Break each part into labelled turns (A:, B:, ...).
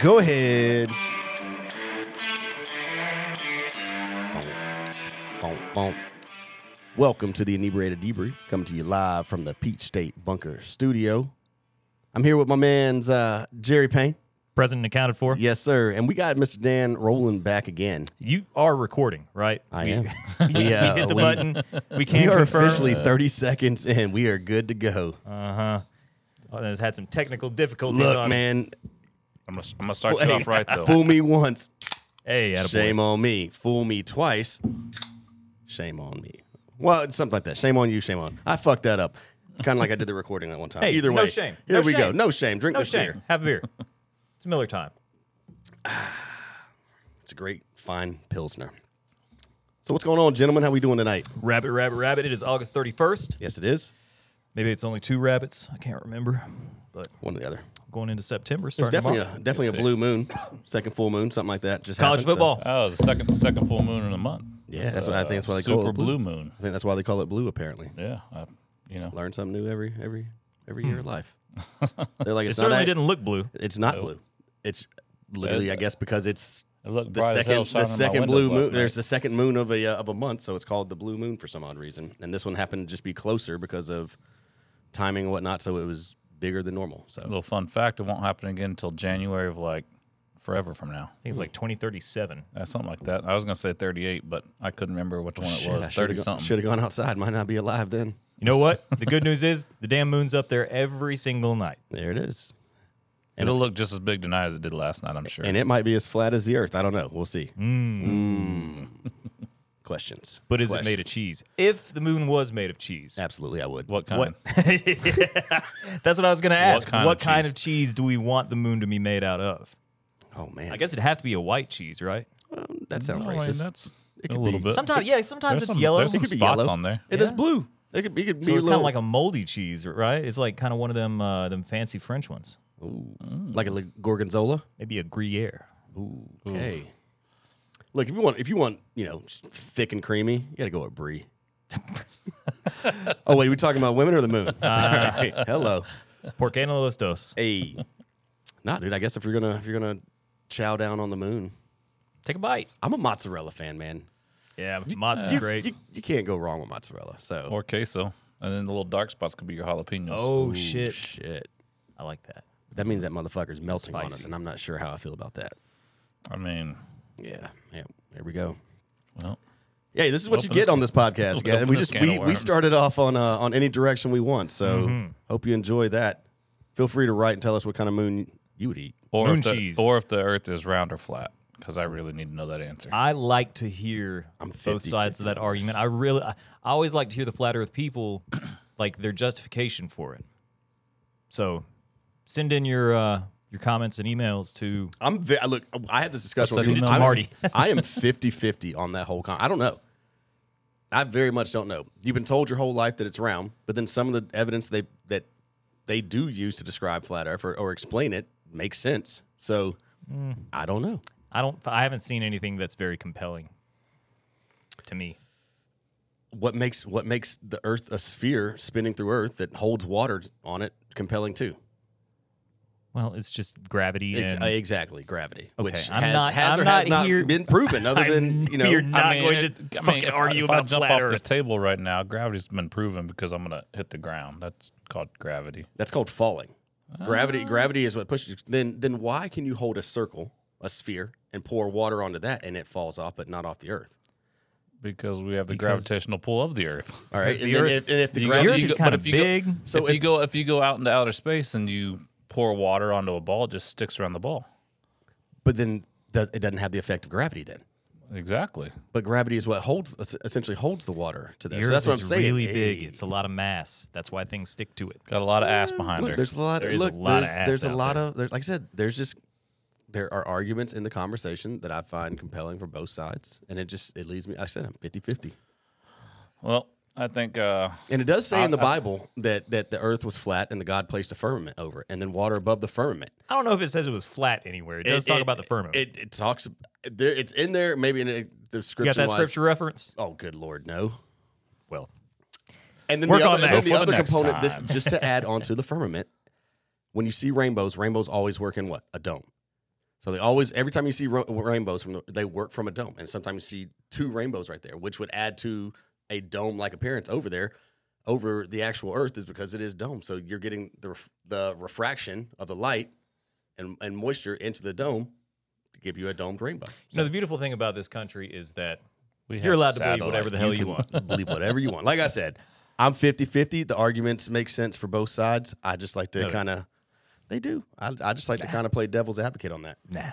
A: Go ahead. Bonk, bonk. Welcome to the Inebriated Debris, coming to you live from the Peach State Bunker Studio. I'm here with my man's uh, Jerry Payne.
B: President accounted for.
A: Yes, sir. And we got Mr. Dan Roland back again.
B: You are recording, right?
A: I
B: we,
A: am.
B: we,
A: We, uh,
B: we hit the
A: we-
B: button. We
A: We
B: can't
A: are
B: confirm.
A: officially 30 seconds in. We are good to go.
B: Uh huh. Oh, has had some technical difficulties.
A: Look,
B: on.
A: man,
C: I'm gonna, I'm gonna start you off right though.
A: fool me once,
B: Hey, attaboy.
A: Shame on me. Fool me twice. Shame on me. Well, it's something like that. Shame on you. Shame on. I fucked that up. Kind of like I did the recording that one time.
B: Hey,
A: Either
B: no
A: way,
B: shame.
A: Here
B: No
A: we go.
B: shame.
A: No shame. Drink
B: No
A: this
B: shame.
A: beer.
B: Have a beer. It's Miller time.
A: It's a great, fine pilsner. So what's going on, gentlemen? How we doing tonight?
B: Rabbit, rabbit, rabbit. It is August 31st.
A: Yes, it is.
B: Maybe it's only two rabbits. I can't remember. But
A: One or the other.
B: going into September,
A: There's
B: starting
A: definitely
B: tomorrow.
A: a definitely a blue moon, second full moon, something like that. Just
B: college
A: happened, so-
B: football.
C: Oh, it's the second second full moon in a month.
A: Yeah, that's what- I think that's why they
C: super
A: call it blue.
C: blue. moon.
A: I think that's why they call it blue. Apparently,
C: Yeah, I, you know.
A: learn something new every every every year of life. They're like
B: Hmm. it
A: it's not
B: certainly
A: a-
B: didn't Oh. look blue.
A: It's not blue. It's literally, I guess, because it's
C: It looked
A: the
C: bright as hell
A: second the
C: shining in my
A: second
C: windows
A: blue moon.
C: last night.
A: There's the second moon of a uh, of a month, so it's called the blue moon for some odd reason. And this one happened to just be closer because of timing and whatnot, so it was bigger than normal.
C: a
A: So
C: little fun fact. It won't happen again until January of like forever from now.
B: I think it's like 2037.
C: Uh, something like that. I was gonna say 38, but I couldn't remember which one it was. 30 something.
A: Should have gone outside. Might not be alive then.
B: You know what? The good news is the damn moon's up there every single night.
A: There it is.
C: It'll look just as big tonight as it did last night. I'm sure.
A: And it might be as flat as the Earth. I don't know. We'll see. Mm. Questions.
B: But is it made of cheese? If the moon was made of cheese,
A: Absolutely, I would.
C: what kind?
B: What? That's what I was going to ask. What, kind,
C: kind
B: of
C: of cheese?
B: cheese do we want the moon to be made out of?
A: Oh man, Oh,
B: I guess it'd have to be a white cheese, right?
A: that sounds
C: No, I mean,
A: racist.
C: that's
A: It
C: a
A: could
C: little
A: be-
C: bit.
B: Sometimes, yeah, sometimes
C: There's
B: it's
C: some-
B: yellow.
C: there's
B: So
C: some-
A: It could be
C: spots
A: yellow.
C: on there.
A: It is
B: Yeah.
A: blue. It could, it could be a
B: it's kind
A: little-
B: of like a moldy cheese, right? It's like kind of one of them uh, them fancy French ones.
A: Ooh. Like a li- gorgonzola.
B: Maybe a Gruyere.
A: Ooh. Okay. Look, if you want, if you want, you know, s- thick and creamy, you got to go with brie. oh wait, are we talking about women or the moon? Sorry. Hello.
B: Porcano los dos.
A: Hey. Nah, dude. I guess if you're gonna if you're gonna chow down on the moon,
B: Take a bite.
A: I'm a mozzarella fan, man.
B: Yeah, mott's
A: You,
B: great.
A: You, you can't go wrong with mozzarella. So.
C: Or queso, and then the little dark spots could be your jalapenos.
B: oh,
A: Ooh,
B: shit.
A: Shit.
B: I like that.
A: That means that motherfucker's melting on us,
B: Spicy.
A: and I'm not sure how I feel about that.
C: I mean,
A: Yeah. Yeah. There we go.
C: well,
A: Yeah, this is what you
C: Open
A: get
C: this-
A: on this podcast.
C: open
A: guys. we
C: this
A: just
C: can of
A: we, we
C: worms. Mm-hmm.
A: started off on uh, on any direction we want. So hope you enjoy that. Feel free to write and tell us what kind of moon you would eat.
C: or
B: Moon
C: if the,
B: cheese.
C: or if the Earth is round or flat, because I really need to know that answer.
B: I like to hear both
A: 50-50
B: sides of that argument. I really, I, I always like to hear the flat Earth people, like their justification for it. So, send in your uh, your comments and emails to
A: I'm ve- I look. I had this discussion
C: Send
A: with
C: it to
A: I'm-
B: Marty.
A: I am 50-50 on that whole. Con- I don't know. I very much don't know. You've been told your whole life that it's round, but then some of the evidence they that they do use to describe flat Earth or, or explain it makes sense. So
C: Mm.
A: I don't know.
B: I don't I haven't seen anything that's very compelling to me.
A: what makes what makes the earth a sphere spinning through earth that holds water on it compelling too
B: Well, it's just gravity
A: Ex-
B: and
A: uh, exactly gravity which
B: I'm
A: has,
B: not-
A: has
B: I'm
A: or has
B: not
A: not
B: here-
A: been proven other
B: I
A: than
B: know
A: you know
B: you're not
C: I mean,
B: going
C: it-
B: to
C: I mean,
B: fucking
C: if I-
B: argue
C: if I
B: about
C: jump
B: flat
C: off this
B: Earth.
C: table right now, gravity's been proven because I'm gonna hit the ground. That's called gravity.
A: that's called falling gravity
B: Ah.
A: gravity is what pushes you then then why can you hold a circle a sphere and pour water onto that and it falls off but not off the earth
C: Because we have the
B: Because-
C: gravitational pull of the Earth.
A: all right
B: Because
A: and,
B: the
A: then
B: Earth-
A: if, and if the
C: You go-
A: gravity
B: Earth
C: you
B: is
C: go- but
B: kinda
C: if you go-
B: big,
A: so
C: So if, you go if you go out into outer space and you pour water onto a ball, it just sticks around the ball.
A: but then the, it doesn't have the effect of gravity then
C: Exactly.
A: but gravity is what holds es- essentially holds the water to
B: The
A: there.
B: Earth
A: So that's what I'm
B: is
A: saying.
B: really big.
A: Hey.
B: It's a lot of mass. That's why things stick to it.
C: Got a lot of ass behind
A: Look,
C: her.
A: There's a lot.
B: There is a
A: look,
B: lot of
A: there's,
B: ass
A: there's a
B: out
A: lot
B: there.
A: of there's like I said, there's just there are arguments in the conversation that I find compelling from both sides, and it just it leaves me. I said I'm 50-50.
C: well, I think uh,
A: and it does say in the
C: I-
A: Bible that that the earth was flat and the God placed a firmament over it, and then water above the firmament.
B: I don't know if it says it was flat anywhere. It does
A: It-
B: talk
A: it-
B: about the firmament.
A: It, it talks there. It's in there. Maybe in it- the
B: you
A: scripture.
B: got that scripture reference?
A: Oh, good lord, no.
B: Well,
A: And then
B: Work
A: the
B: on
A: other,
B: that.
A: then the
B: So
C: for the
A: other
C: next
A: component, this,
C: time.
A: just to add on to the firmament, when you see rainbows, rainbows always work in what? A dome. So they always, every time you see ro- rainbows from the, they work from a dome, and sometimes you see two rainbows right there, which would add to a dome-like appearance over there, over the actual Earth, is because it is dome. So you're getting the ref, the refraction of the light and and moisture into the dome to give you a domed rainbow.
B: So the beautiful thing about this country is that
C: We
B: You're allowed to believe whatever the
C: satellites.
B: hell
A: you
B: you want.
A: can believe whatever you want. Like I said, I'm 50-50. The arguments make sense for both sides. I just like to
B: No.
A: kind of, they do. I, I just like to kind of play devil's advocate on that.
B: Nah.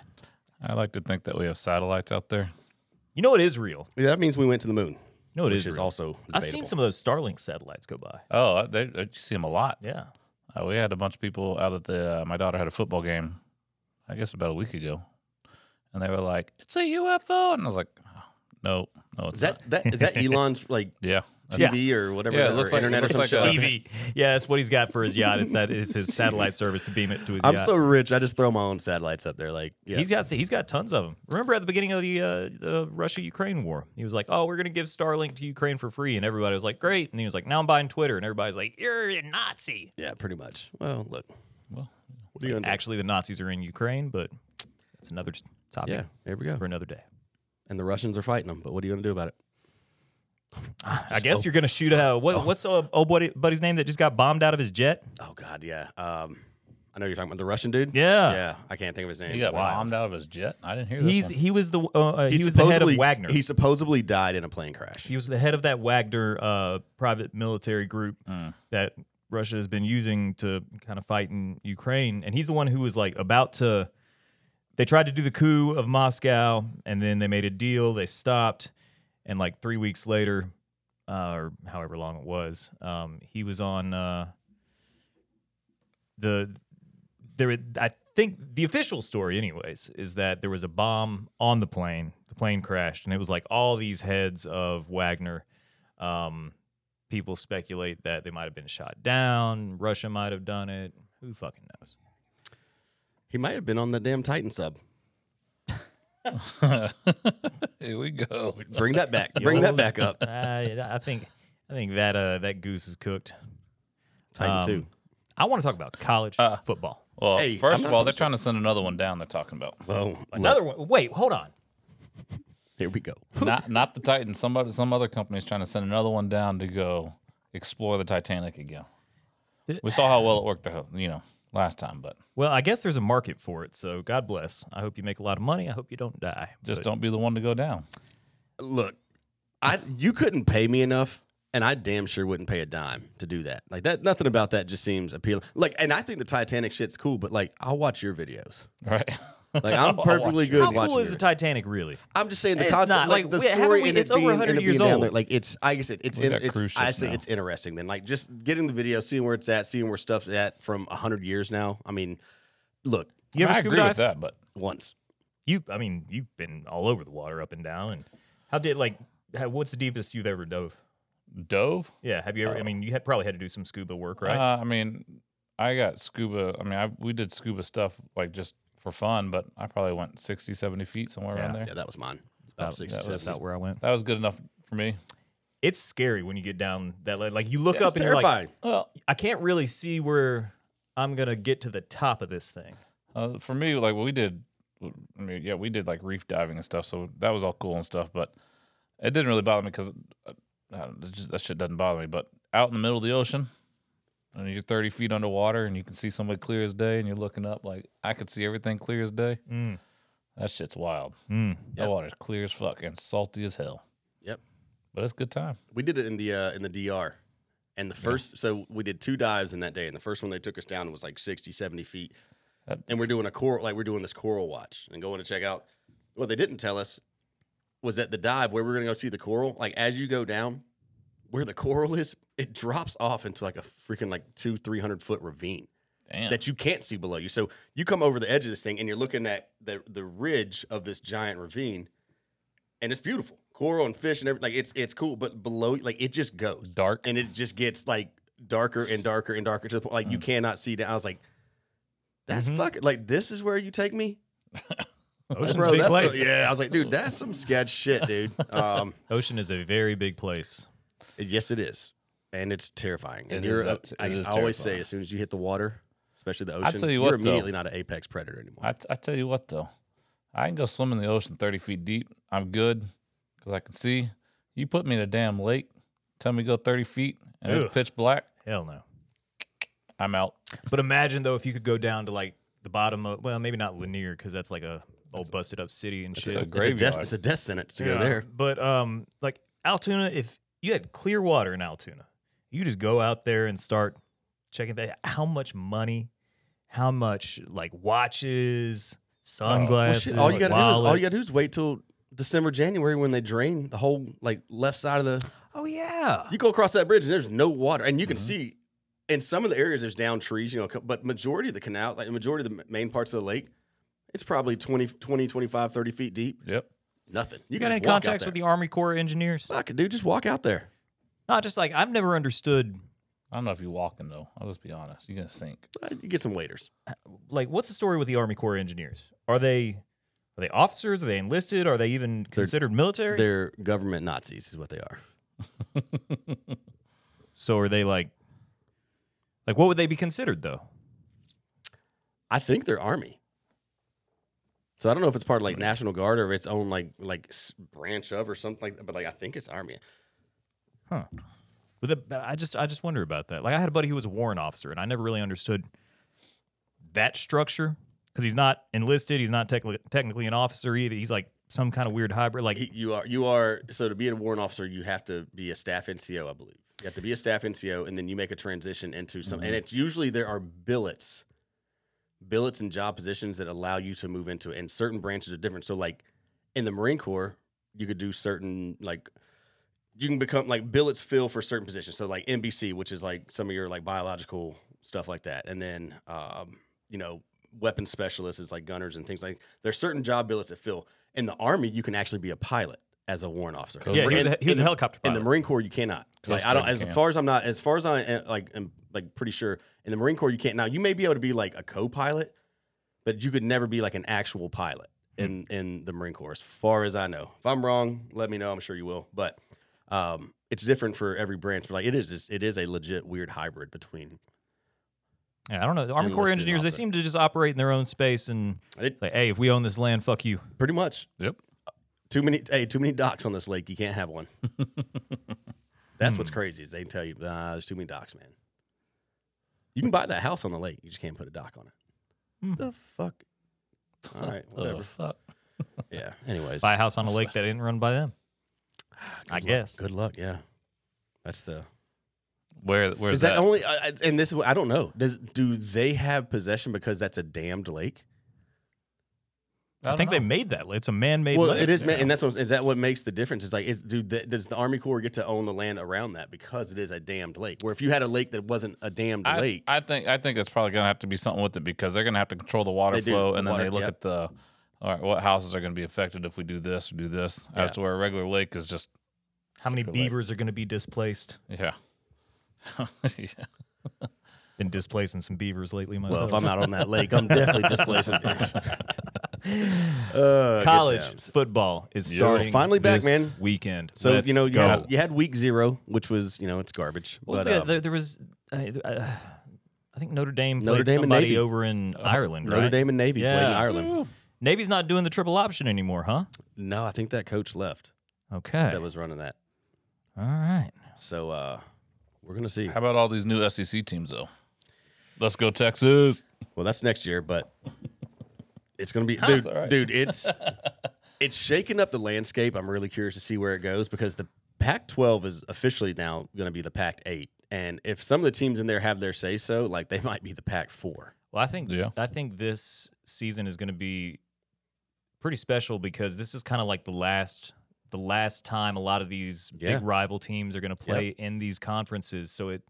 C: I like to think that we have satellites out there.
B: You know what is real?
A: Yeah, that means we went to the moon,
B: No, it
A: which
B: is.
A: is
B: real.
A: also
B: I've
A: debatable.
B: seen some of those Starlink satellites go by.
C: Oh, I- they, I see them a lot.
B: Yeah.
C: Uh, we had a bunch of people out at the. Uh, my daughter had a football game, I guess about a week ago, and they were like, "It's a UFO," and I was like, oh, "No, no,
A: Is
C: it's
A: that that is that Elon's like
C: not." Yeah, that's-
A: TV or whatever?
C: Yeah, it
A: that,
C: looks
A: or
C: like- it
A: internet
C: looks
A: or
C: like
A: some
C: a-
A: shit.
B: TV. Yeah, that's what he's got for his yacht. It's that is his satellite service to beam it to his
A: I'm
B: yacht.
A: so rich, I just throw my own satellites up there. Like, yeah,
B: He's got he's got tons of them. Remember at the beginning of the uh, the Russia Ukraine war, he was like, "Oh, we're gonna give Starlink to Ukraine for free," and everybody was like, "Great!" And he was like, "Now I'm buying Twitter," and everybody's like, "You're a Nazi."
A: yeah, pretty much. Well, look,
C: well,
A: what are you gonna do?
B: Actually, the Nazis are in Ukraine, but that's another topic
A: Yeah, there we go.
B: for another day.
A: And the Russians are fighting them, but what are you gonna do about it?
B: I guess you're gonna shoot a what, what's uh, old buddy, buddy's name that just got bombed out of his jet?
A: Oh God, yeah. Um, I know you're talking about the Russian dude.
B: Yeah.
A: yeah. I can't think of his name.
C: he got
A: Wow.
C: bombed out of his jet. I didn't hear this.
B: He's
C: one.
B: he was the uh, uh, he, was the head of
A: supposedly-
B: Wagner.
A: He supposedly died in a plane crash.
B: He was the head of that Wagner uh, private military group that Russia has been using to kind of fight in Ukraine. And he's the one who was like about to. They tried to do the coup of Moscow, and then they made a deal. They stopped, and like three weeks later, uh, or however long it was, um, he was on uh, the there I think the official story anyways is that there was a bomb on the plane. The plane crashed and it was like all these heads of Wagner um people speculate that they might have been shot down, Russia might have done it. Who fucking knows?
A: He might have been on the damn Titan sub.
C: Here we go.
A: Bring that back. Bring that back up.
B: I, I think I think that uh that goose is cooked.
A: Titan
B: Um,
A: two.
B: I want to talk about college football.
C: Well,
A: Hey, I'm
C: first
A: not
C: of all, they're trying to send another one down. They're talking about
A: Well, look,
B: Another one. Wait, hold on.
A: here we go.
C: not not the Titan. Somebody, some other company's trying to send another one down to go explore the Titanic again. We saw how well it worked, the you know, last time, but
B: Well, I guess there's a market for it, so God bless. I hope you make a lot of money. I hope you don't die.
C: just
B: But-
C: don't be the one to go down.
A: Look, I you couldn't pay me enough, and I damn sure wouldn't pay a dime to do that. Like that, nothing about that just seems appealing. Like, and I think the Titanic shit's cool, but like, I'll watch your videos.
C: Right?
A: Like, I'm perfectly good
B: How
A: watching.
B: cool is the
A: your-
B: Titanic really?
A: I'm just saying the
B: It's
A: concept,
B: not.
A: like,
B: Like,
A: the
B: we- haven't
A: story,
B: we-
A: and it
B: it's over
A: being,
B: 100
A: and it
B: years
A: being down
B: old.
A: there, like it's, I guess it, it's,
C: We
A: in,
C: got cruise
A: it's I
C: ships
A: say
C: now.
A: it's interesting. Then, like, just getting the video, seeing where it's at, seeing where stuff's at from hundred years now. I mean, look,
B: You ever
C: I
B: scuba
C: agree
B: dive?
C: with that, but
A: once
B: You, I mean, you've been all over the water, up and down. And how did like, how, what's the deepest you've ever dove?
C: dove.
B: Yeah, have you ever? I mean, you had probably had to do some scuba work, right?
C: Uh, I mean, I got scuba. I mean, I, we did scuba stuff like just for fun, but I probably went 60, 70 feet somewhere around
B: Yeah.
C: there.
A: yeah, that was mine. About
B: About-
A: six,
C: that
A: seven.
C: was-
B: where I went.
C: That was good enough for me.
B: It's scary when you get down that le- like you look
A: It's
B: up and you're like,
A: terrifying.
C: Well,
B: I can't really see where I'm gonna get to the top of this thing.
C: Uh, for me, like we did, I mean, yeah, we did like reef diving and stuff, so that was all cool and stuff. But it didn't really bother me uh, because just that shit doesn't bother me. But out in the middle of the ocean, and you're 30 feet underwater, and you can see somebody clear as day, and you're looking up, like I could see everything clear as day.
B: Mm.
C: That shit's wild.
B: Mm.
A: Yep.
C: That water's clear as fuck and salty as hell.
A: Yep.
C: But it's a good time.
A: we did it in the uh, in the DR. And the first, so we did two dives in that day. And the first one they took us down was like 60, 70 feet.
C: That-
A: and we're doing a coral, like we're doing this coral watch and going to check out. What they didn't tell us was that the dive where we're going to go see the coral, like as you go down, where the coral is, it drops off into like a freaking like two, 300 foot ravine
C: Damn.
A: that you can't see below you. So you come over the edge of this thing and you're looking at the the ridge of this giant ravine, and it's beautiful, coral and fish and everything. Like it's it's cool, but below, like it just goes
C: Dark.
A: and it just gets like darker and darker and darker to the point like
C: Mm.
A: you cannot see down. I was like, that's
C: Mm-hmm.
A: fucking like this is where you take me,
B: Ocean's
A: bro.
B: a big
A: that's
B: place.
A: some- yeah, I was like, dude, that's some sketch shit, dude. Um,
B: Ocean is a very big place.
A: yes, it is, and it's terrifying. And
C: It
A: you're,
C: is up-
A: I
C: it
A: just
C: is
A: always say,
C: terrifying.
A: as soon as you hit the water, especially the ocean.
C: tell you
A: are
C: what, though.
A: immediately not an apex predator anymore.
C: I, t- I tell you what though, I can go swim in the ocean thirty feet deep. I'm good because I can see. You put me in a damn lake, tell me to go thirty feet, and
B: Ugh.
C: it's pitch black.
B: Hell no.
C: I'm out.
B: But imagine though if you could go down to like the bottom of well, maybe not Lanier because that's like a old busted up city and shit.
C: a
A: it's, a death,
C: graveyard.
A: it's a death sentence to
B: Yeah,
A: go there.
B: But um, like Altoona, if you had clear water in Altoona, you just go out there and start checking that. How much money? How much like watches,
A: Oh, Well,
B: sunglasses?
A: shit, all you gotta do is all you gotta do
B: wallets?
A: is wait till December, January when they drain the whole like left side of the.
B: Oh yeah.
A: You go across that bridge and there's no water, and you can see in some of the areas there's down trees, you know, co- but majority of the canal, like the majority of the ma- main parts of the lake, it's probably 20, 20 25, 30 feet deep.
C: Yep.
A: Nothing. You,
B: You
A: can
B: got any
A: just walk out
B: contacts
A: there.
B: with the Army Corps of engineers?
A: Fuck, dude, just walk out there.
B: Not just like I've never understood.
C: I don't know if you're walking though. I'll just be honest. You're gonna sink.
A: Uh, You get some waiters.
B: Like, what's the story with the Army Corps of engineers? Are they are they officers? Are they enlisted? Are they even considered military?
A: They're government Nazis, is what they are.
B: so are they like like what would they be considered though?
A: I think they're army. So I don't know if it's part of like National Guard or its own like like s- branch of or something like that. But like I think it's army.
B: But the, but I just I just wonder about that. Like I had a buddy who was a warrant officer, and I never really understood that structure because he's not enlisted. He's not technically technically an officer either. He's like some kind of weird hybrid. Like
A: He- you are you are so to be a warrant officer, you have to be a staff NCO, I believe. You have to be a staff NCO, and then you make a transition into some. And it's usually there are billets, billets and job positions that allow you to move into. it, And certain branches are different. So like in the Marine Corps, you could do certain like you can become like billets fill for certain positions. So like NBC, which is like some of your like biological stuff like that, and then um, you know weapons specialists is like gunners and things like. There's certain job billets that fill. In the Army, you can actually be a pilot as a warrant officer.
B: yeah, he was
A: In-
B: a, he was a
A: in the-
B: helicopter
A: in
B: pilot.
A: the Marine Corps, you cannot.
C: Coast
A: Like, I don't.
C: Guard, you
A: As
C: can't.
A: far as I'm not, as far as I am, like, am like pretty sure in the Marine Corps you can't. Now you may be able to be like a co-pilot, but you could never be like an actual pilot
C: Hmm.
A: in in the Marine Corps. As far as I know, if I'm wrong, let me know. I'm sure you will. But um, it's different for every branch. But like it is, just, it is a legit weird hybrid between.
B: yeah, I don't know. The Army Corps
A: enlisted
B: engineers they
A: officer.
B: seem to just operate in their own space and
A: It,
B: it's like, hey, if we own this land, fuck you.
A: pretty much
C: Yep.
A: too many. Hey, too many docks on this lake. You can't have one. That's what's crazy is they tell you nah, there's too many docks, man. You can buy that house on the lake. You just can't put a dock on it. The fuck. All right,
C: Whatever.
A: whatever.
C: fuck.
A: yeah. Anyways,
B: Buy a house on a lake that ain't run by them.
A: Ah, Good
B: I
A: luck-
B: guess.
A: Good luck. Yeah. That's the.
C: Where where's
A: Is that, only? I- I- And this, is what- I don't know. Does do they have possession because that's a damned lake?
B: I, think they made that. It's a man-made.
A: Well,
B: lake.
A: it is, man, and that's what is that what makes the difference? Is like, is do the, does the Army Corps get to own the land around that because it is a damned lake? Where if you had a lake that wasn't a damned
C: I,
A: lake,
C: I think I think it's probably gonna have to be something with it because they're gonna have to control the water
A: They do,
C: flow,
A: the
C: and then
A: water,
C: they look
A: yep.
C: at the all right, what houses are gonna be affected if we do this or do this, as
A: Yeah.
C: to where a regular lake is just
B: How many
C: Sure, like-
B: beavers are going to be displaced?
C: yeah. yeah.
B: Been displacing some beavers lately myself.
A: well, if I'm not on that lake, I'm definitely displacing. Uh, good
B: college
A: times.
B: football is
C: Yeah.
B: starting.
A: It's finally back,
B: this
A: man.
B: Weekend.
A: So
B: Let's
A: you know you
B: go.
A: had, you had week zero, which was you know it's garbage.
B: What was
A: but,
B: the-
A: um,
B: there, there was, uh, uh, I think Notre Dame played
A: Notre Dame and
B: somebody
A: Navy.
B: over in Ireland.
A: Notre
B: right?
A: Dame and Navy played in
B: Yeah.
A: Ireland.
B: Navy's not doing the triple option anymore, huh?
A: No, I think that coach left
B: Okay.
A: that was running that.
B: All right.
A: So uh, we're gonna see.
C: How about all these new SEC teams though? Let's go Texas.
A: Well, that's next year, but it's gonna be
C: That's
A: dude.
C: all right.
A: Dude, it's it's shaking up the landscape. I'm really curious to see where it goes because the Pac-12 is officially now gonna be the Pac-8, and if some of the teams in there have their say so, like they might be the Pac-4.
B: Well, I think
C: Yeah.
B: I think this season is going to be pretty special because this is kind of like the last the last time a lot of these
A: Yeah.
B: big rival teams are going to play in these conferences. So it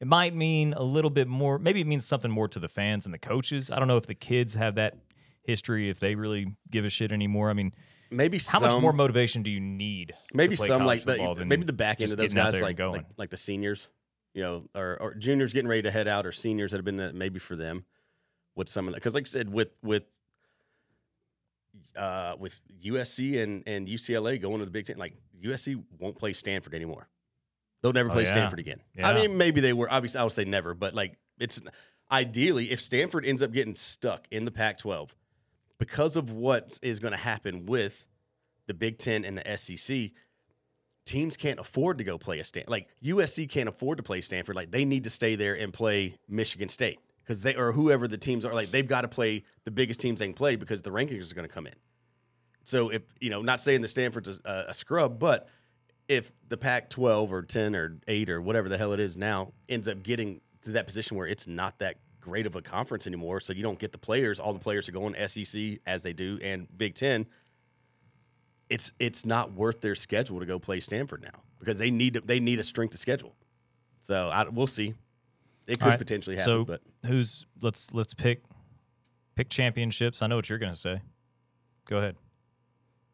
B: it might mean a little bit more. Maybe it means something more to the fans and the coaches. I don't know if the kids have that history if they really give a shit anymore. I mean,
A: Maybe
B: how
A: some,
B: much more motivation do you need?
A: Maybe
B: to play
A: some
B: college
A: like
B: football
A: the,
B: than
A: maybe the back end
B: just
A: of those
B: getting out
A: guys
B: there
A: like,
B: and going.
A: like like the seniors, you know, or, or juniors getting ready to head out, or seniors that have been there, maybe for them with some of that. Because like I said, with with uh, with USC and and UCLA going to the Big Ten, like USC won't play Stanford anymore. They'll never
B: Oh,
A: play
B: yeah.
A: Stanford again.
B: Yeah.
A: I mean, maybe they were. Obviously, I would say never, but like it's. ideally, if Stanford ends up getting stuck in the Pac 12 because of what is going to happen with the Big Ten and the SEC, teams can't afford to go play a Stanford. Like USC can't afford to play Stanford. Like they need to stay there and play Michigan State because they or whoever the teams are. Like they've got to play the biggest teams they can play because the rankings are going to come in. So if you know, not saying that Stanford's a, a- a scrub, but if the Pac-12 or 10 or 8 or whatever the hell it is now ends up getting to that position where it's not that great of a conference anymore, so you don't get the players. All the players are going SEC as they do and Big Ten. It's it's not worth their schedule to go play Stanford now because they need to, they need a strength of schedule. So I, we'll see. It could
B: All right,
A: potentially happen,
B: so
A: but
B: who's let's let's pick pick championships. I know what you're gonna say. Go ahead.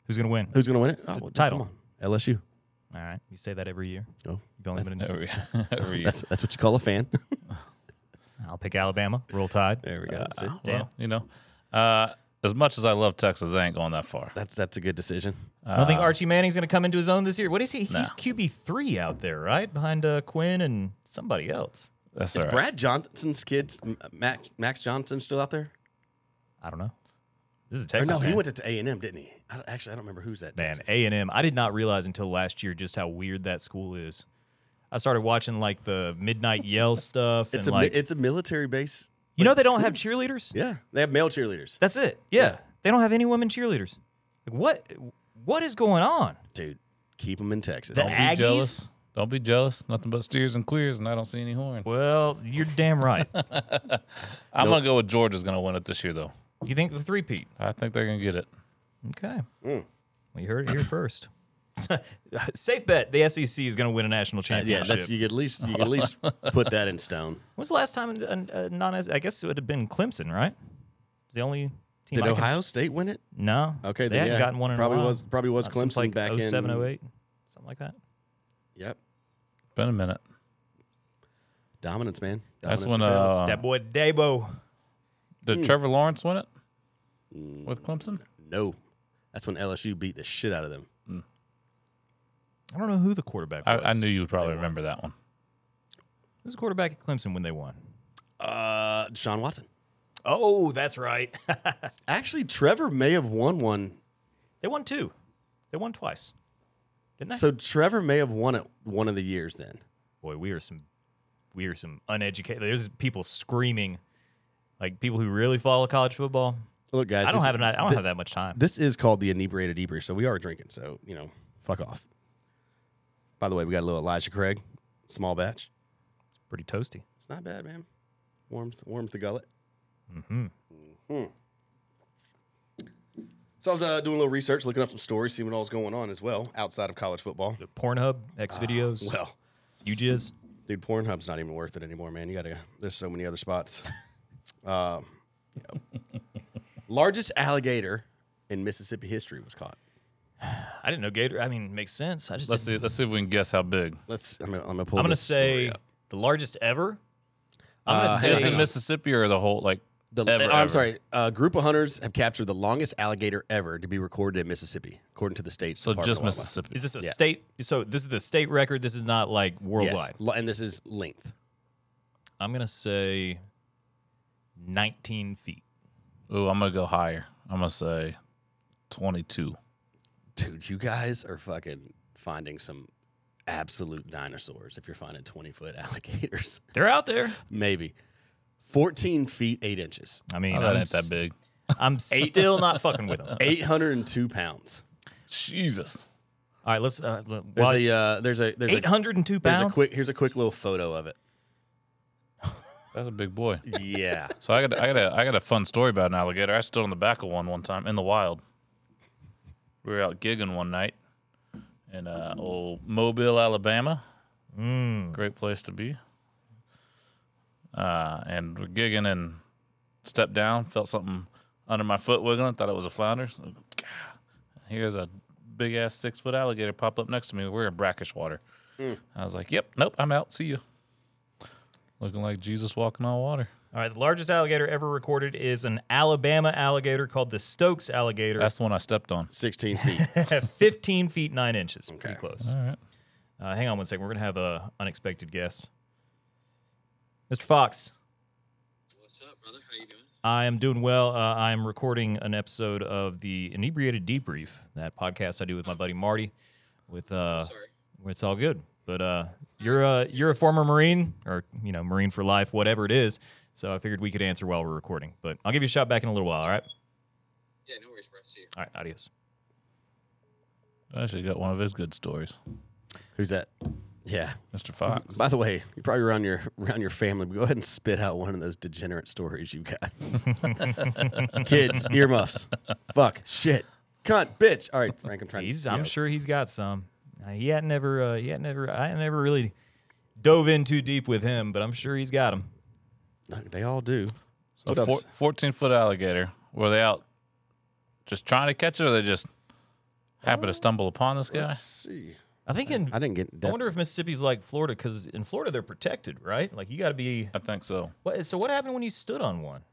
B: Who's gonna win?
A: who's going to win it? Oh,
B: title.
A: come on. LSU.
B: All right, you say that every year.
A: Oh,
B: You've only been. In,
C: Every, every year.
A: that's that's what you call a fan.
B: I'll pick Alabama. Roll Tide.
A: there we go. That's it.
C: Well, you know, uh, as much as I love Texas, they ain't going that far.
A: That's that's a good decision.
B: I don't think Archie Manning's going to come into his own this year. What is he? He's QB three out there, right behind uh, Quinn and somebody else.
C: That's
A: Is
C: all right.
A: Brad Johnson's kids, M- Max, Max Johnson, still out there?
B: I don't know. This is a
A: Or
B: Texas.
A: no, he
B: fan.
A: went to A and M, didn't he? I don't, actually, I don't remember who's that.
B: Man,
A: Texas.
B: A and M. I did not realize until last year just how weird that school is. I started watching like the midnight yell stuff,
A: it's a
B: and
A: mi-
B: like
A: it's a military base.
B: you know
A: like,
B: they don't have cheerleaders.
A: Yeah, they have male cheerleaders,
B: That's it. Yeah. they don't have any women cheerleaders. Like what? What is going on?
A: dude. Keep them in Texas.
B: The
A: Don't-
C: Don't be
B: Aggies?
C: jealous. Don't be jealous. Nothing but steers and queers, and I don't see any horns.
B: Well, you're damn right.
C: I'm gonna go with Georgia's gonna win it this year, though.
B: you think the three Pete?
C: I think they're gonna get it.
B: Okay. Well, you heard it here first. Mm. Safe bet the SEC is going to win a national
A: Uh, yeah,
B: championship.
A: that's, you could at least you could at least put that in stone.
B: When's the last time a, a non I guess it would have been Clemson, right? It's the only team.
A: Did
B: I can-
A: Ohio State win it?
B: no.
A: Okay,
B: they
A: then,
B: hadn't
A: yeah,
B: gotten one in
A: probably
B: a while.
A: was- probably was
B: Not since,
A: Clemson
B: like
A: back in-
B: 07, 08, something like that.
A: Yep,
C: Been a minute.
A: dominance, man.
C: That's
A: Dominance
C: when
A: prevails.
C: uh,
B: that boy Dabo.
C: did Trevor Lawrence win it with Clemson?
A: no, that's when LSU beat the shit out of them.
B: I don't know who the quarterback was.
C: I, I knew you would probably remember that one.
B: Who's the quarterback at Clemson when they won?
A: Uh, Deshaun Watson.
B: Oh, that's right.
A: Actually, Trevor may have won one
B: they won two. They won twice. Didn't they?
A: So Trevor may have won it one of the years then.
B: boy, we are some we are some uneducated. There's people screaming, like people who really follow college football.
A: Look, guys,
B: I don't
A: this-
B: have an, I don't have
A: this-
B: that much time.
A: This is called the inebriated debrief, so we are drinking. So you know, fuck off. By the way, we got a little Elijah Craig, small batch.
B: It's pretty toasty.
A: It's not bad, man. Warms warms the gullet. Mm-hmm. So I was uh, doing a little research, looking up some stories, seeing what all's going on as well outside of college football.
B: The Pornhub, X videos,
A: Ah, Well,
B: you jizz.
A: dude, Pornhub's not even worth it anymore, man. You gotta. There's so many other spots. Uh, you know. largest alligator in Mississippi history was caught.
B: I didn't know Gator. I mean, it makes sense. I just
C: Let's
B: didn't-
C: see. Let's see if we can guess how big.
A: Let's. I'm gonna, I'm gonna pull.
B: I'm gonna
A: this story
B: say
A: up.
B: the largest ever. I'm gonna
A: Uh,
B: say
C: Just in
A: on.
C: Mississippi or the whole like
A: The,
C: ever,
A: uh,
C: ever?
A: I'm sorry. A group of hunters have captured the longest alligator ever to be recorded in Mississippi, according to the state's.
C: So
A: Department
C: just
A: of Wildlife.
C: Mississippi.
B: is this a state? So this is the state record. This is not like
A: Yes,
B: worldwide.
A: lo- and this is length.
B: I'm gonna say 19 feet.
C: Ooh, I'm gonna go higher. I'm gonna say twenty-two.
A: Dude, you guys are fucking finding some absolute dinosaurs if you're finding 20 foot alligators.
B: They're out there.
A: Maybe 14 feet 8 inches,
B: I mean,
C: Oh,
B: I'm,
C: that ain't that
B: s-
C: big.
B: I'm still not fucking with them.
A: 802 pounds.
C: Jesus.
B: All right, let's. Uh, l-
A: There's
B: while-
A: a uh, there's a there's a,
B: 802
A: there's
B: pounds.
A: a quick here's a quick little photo of it.
C: That's a big boy.
A: Yeah.
C: So I got I got a I got a fun story about an alligator. I stood on the back of one one time in the wild. We were out gigging one night in uh, old Mobile, Alabama. Great place to be. Uh, and we're gigging and stepped down. Felt something under my foot wiggling. Thought it was a flounder. So, gah. Here's a big ass six foot alligator pop up next to me. We're in brackish water. I was like, "Yep, nope, I'm out. See you." Looking like Jesus walking on water.
B: All right, the largest alligator ever recorded is an Alabama alligator called the Stokes alligator,
C: That's the one I stepped on.
A: 16 feet.
B: 15 feet 9 inches. Pretty
A: Okay.
B: close.
C: All right.
B: Uh, hang on one second. We're going to have a unexpected guest. Mr. Fox,
D: What's up, brother? How you doing?
B: I am doing well. Uh, I am recording an episode of the Inebriated Debrief, that podcast I do with my buddy Marty. With uh,
D: Sorry.
B: it's all good. But uh, you're a you're a former Marine, or you know, Marine for life, whatever it is. So I figured we could answer while we're recording. But I'll give you a shot back in a little while. All right.
D: Yeah, no worries, bro. See you.
B: All right. Adios.
C: I actually got one of his good stories,
A: Who's that? Yeah.
C: Mr. Fox.
A: By the way, you're probably around your around your family, but go ahead and spit out one of those degenerate stories you got. Kids, earmuffs. Fuck. Shit. Cunt. Bitch. All right, Frank, I'm trying
B: He's.
A: to
B: I'm sure he's got some. Uh, he had never. Uh, he had never. I had never really dove in too deep with him, but I'm sure he's got him.
A: they all do.
C: A
A: What else?
C: four, 14 foot alligator. Were they out just trying to catch it, or they just happened
B: Uh,
C: to stumble upon this guy?
A: Let's see.
B: I think in.
A: I didn't get
B: I
A: that.
B: wonder if Mississippi's like Florida because in Florida they're protected, right? Like you got to be.
C: I think so.
B: What, so what happened when you stood on one?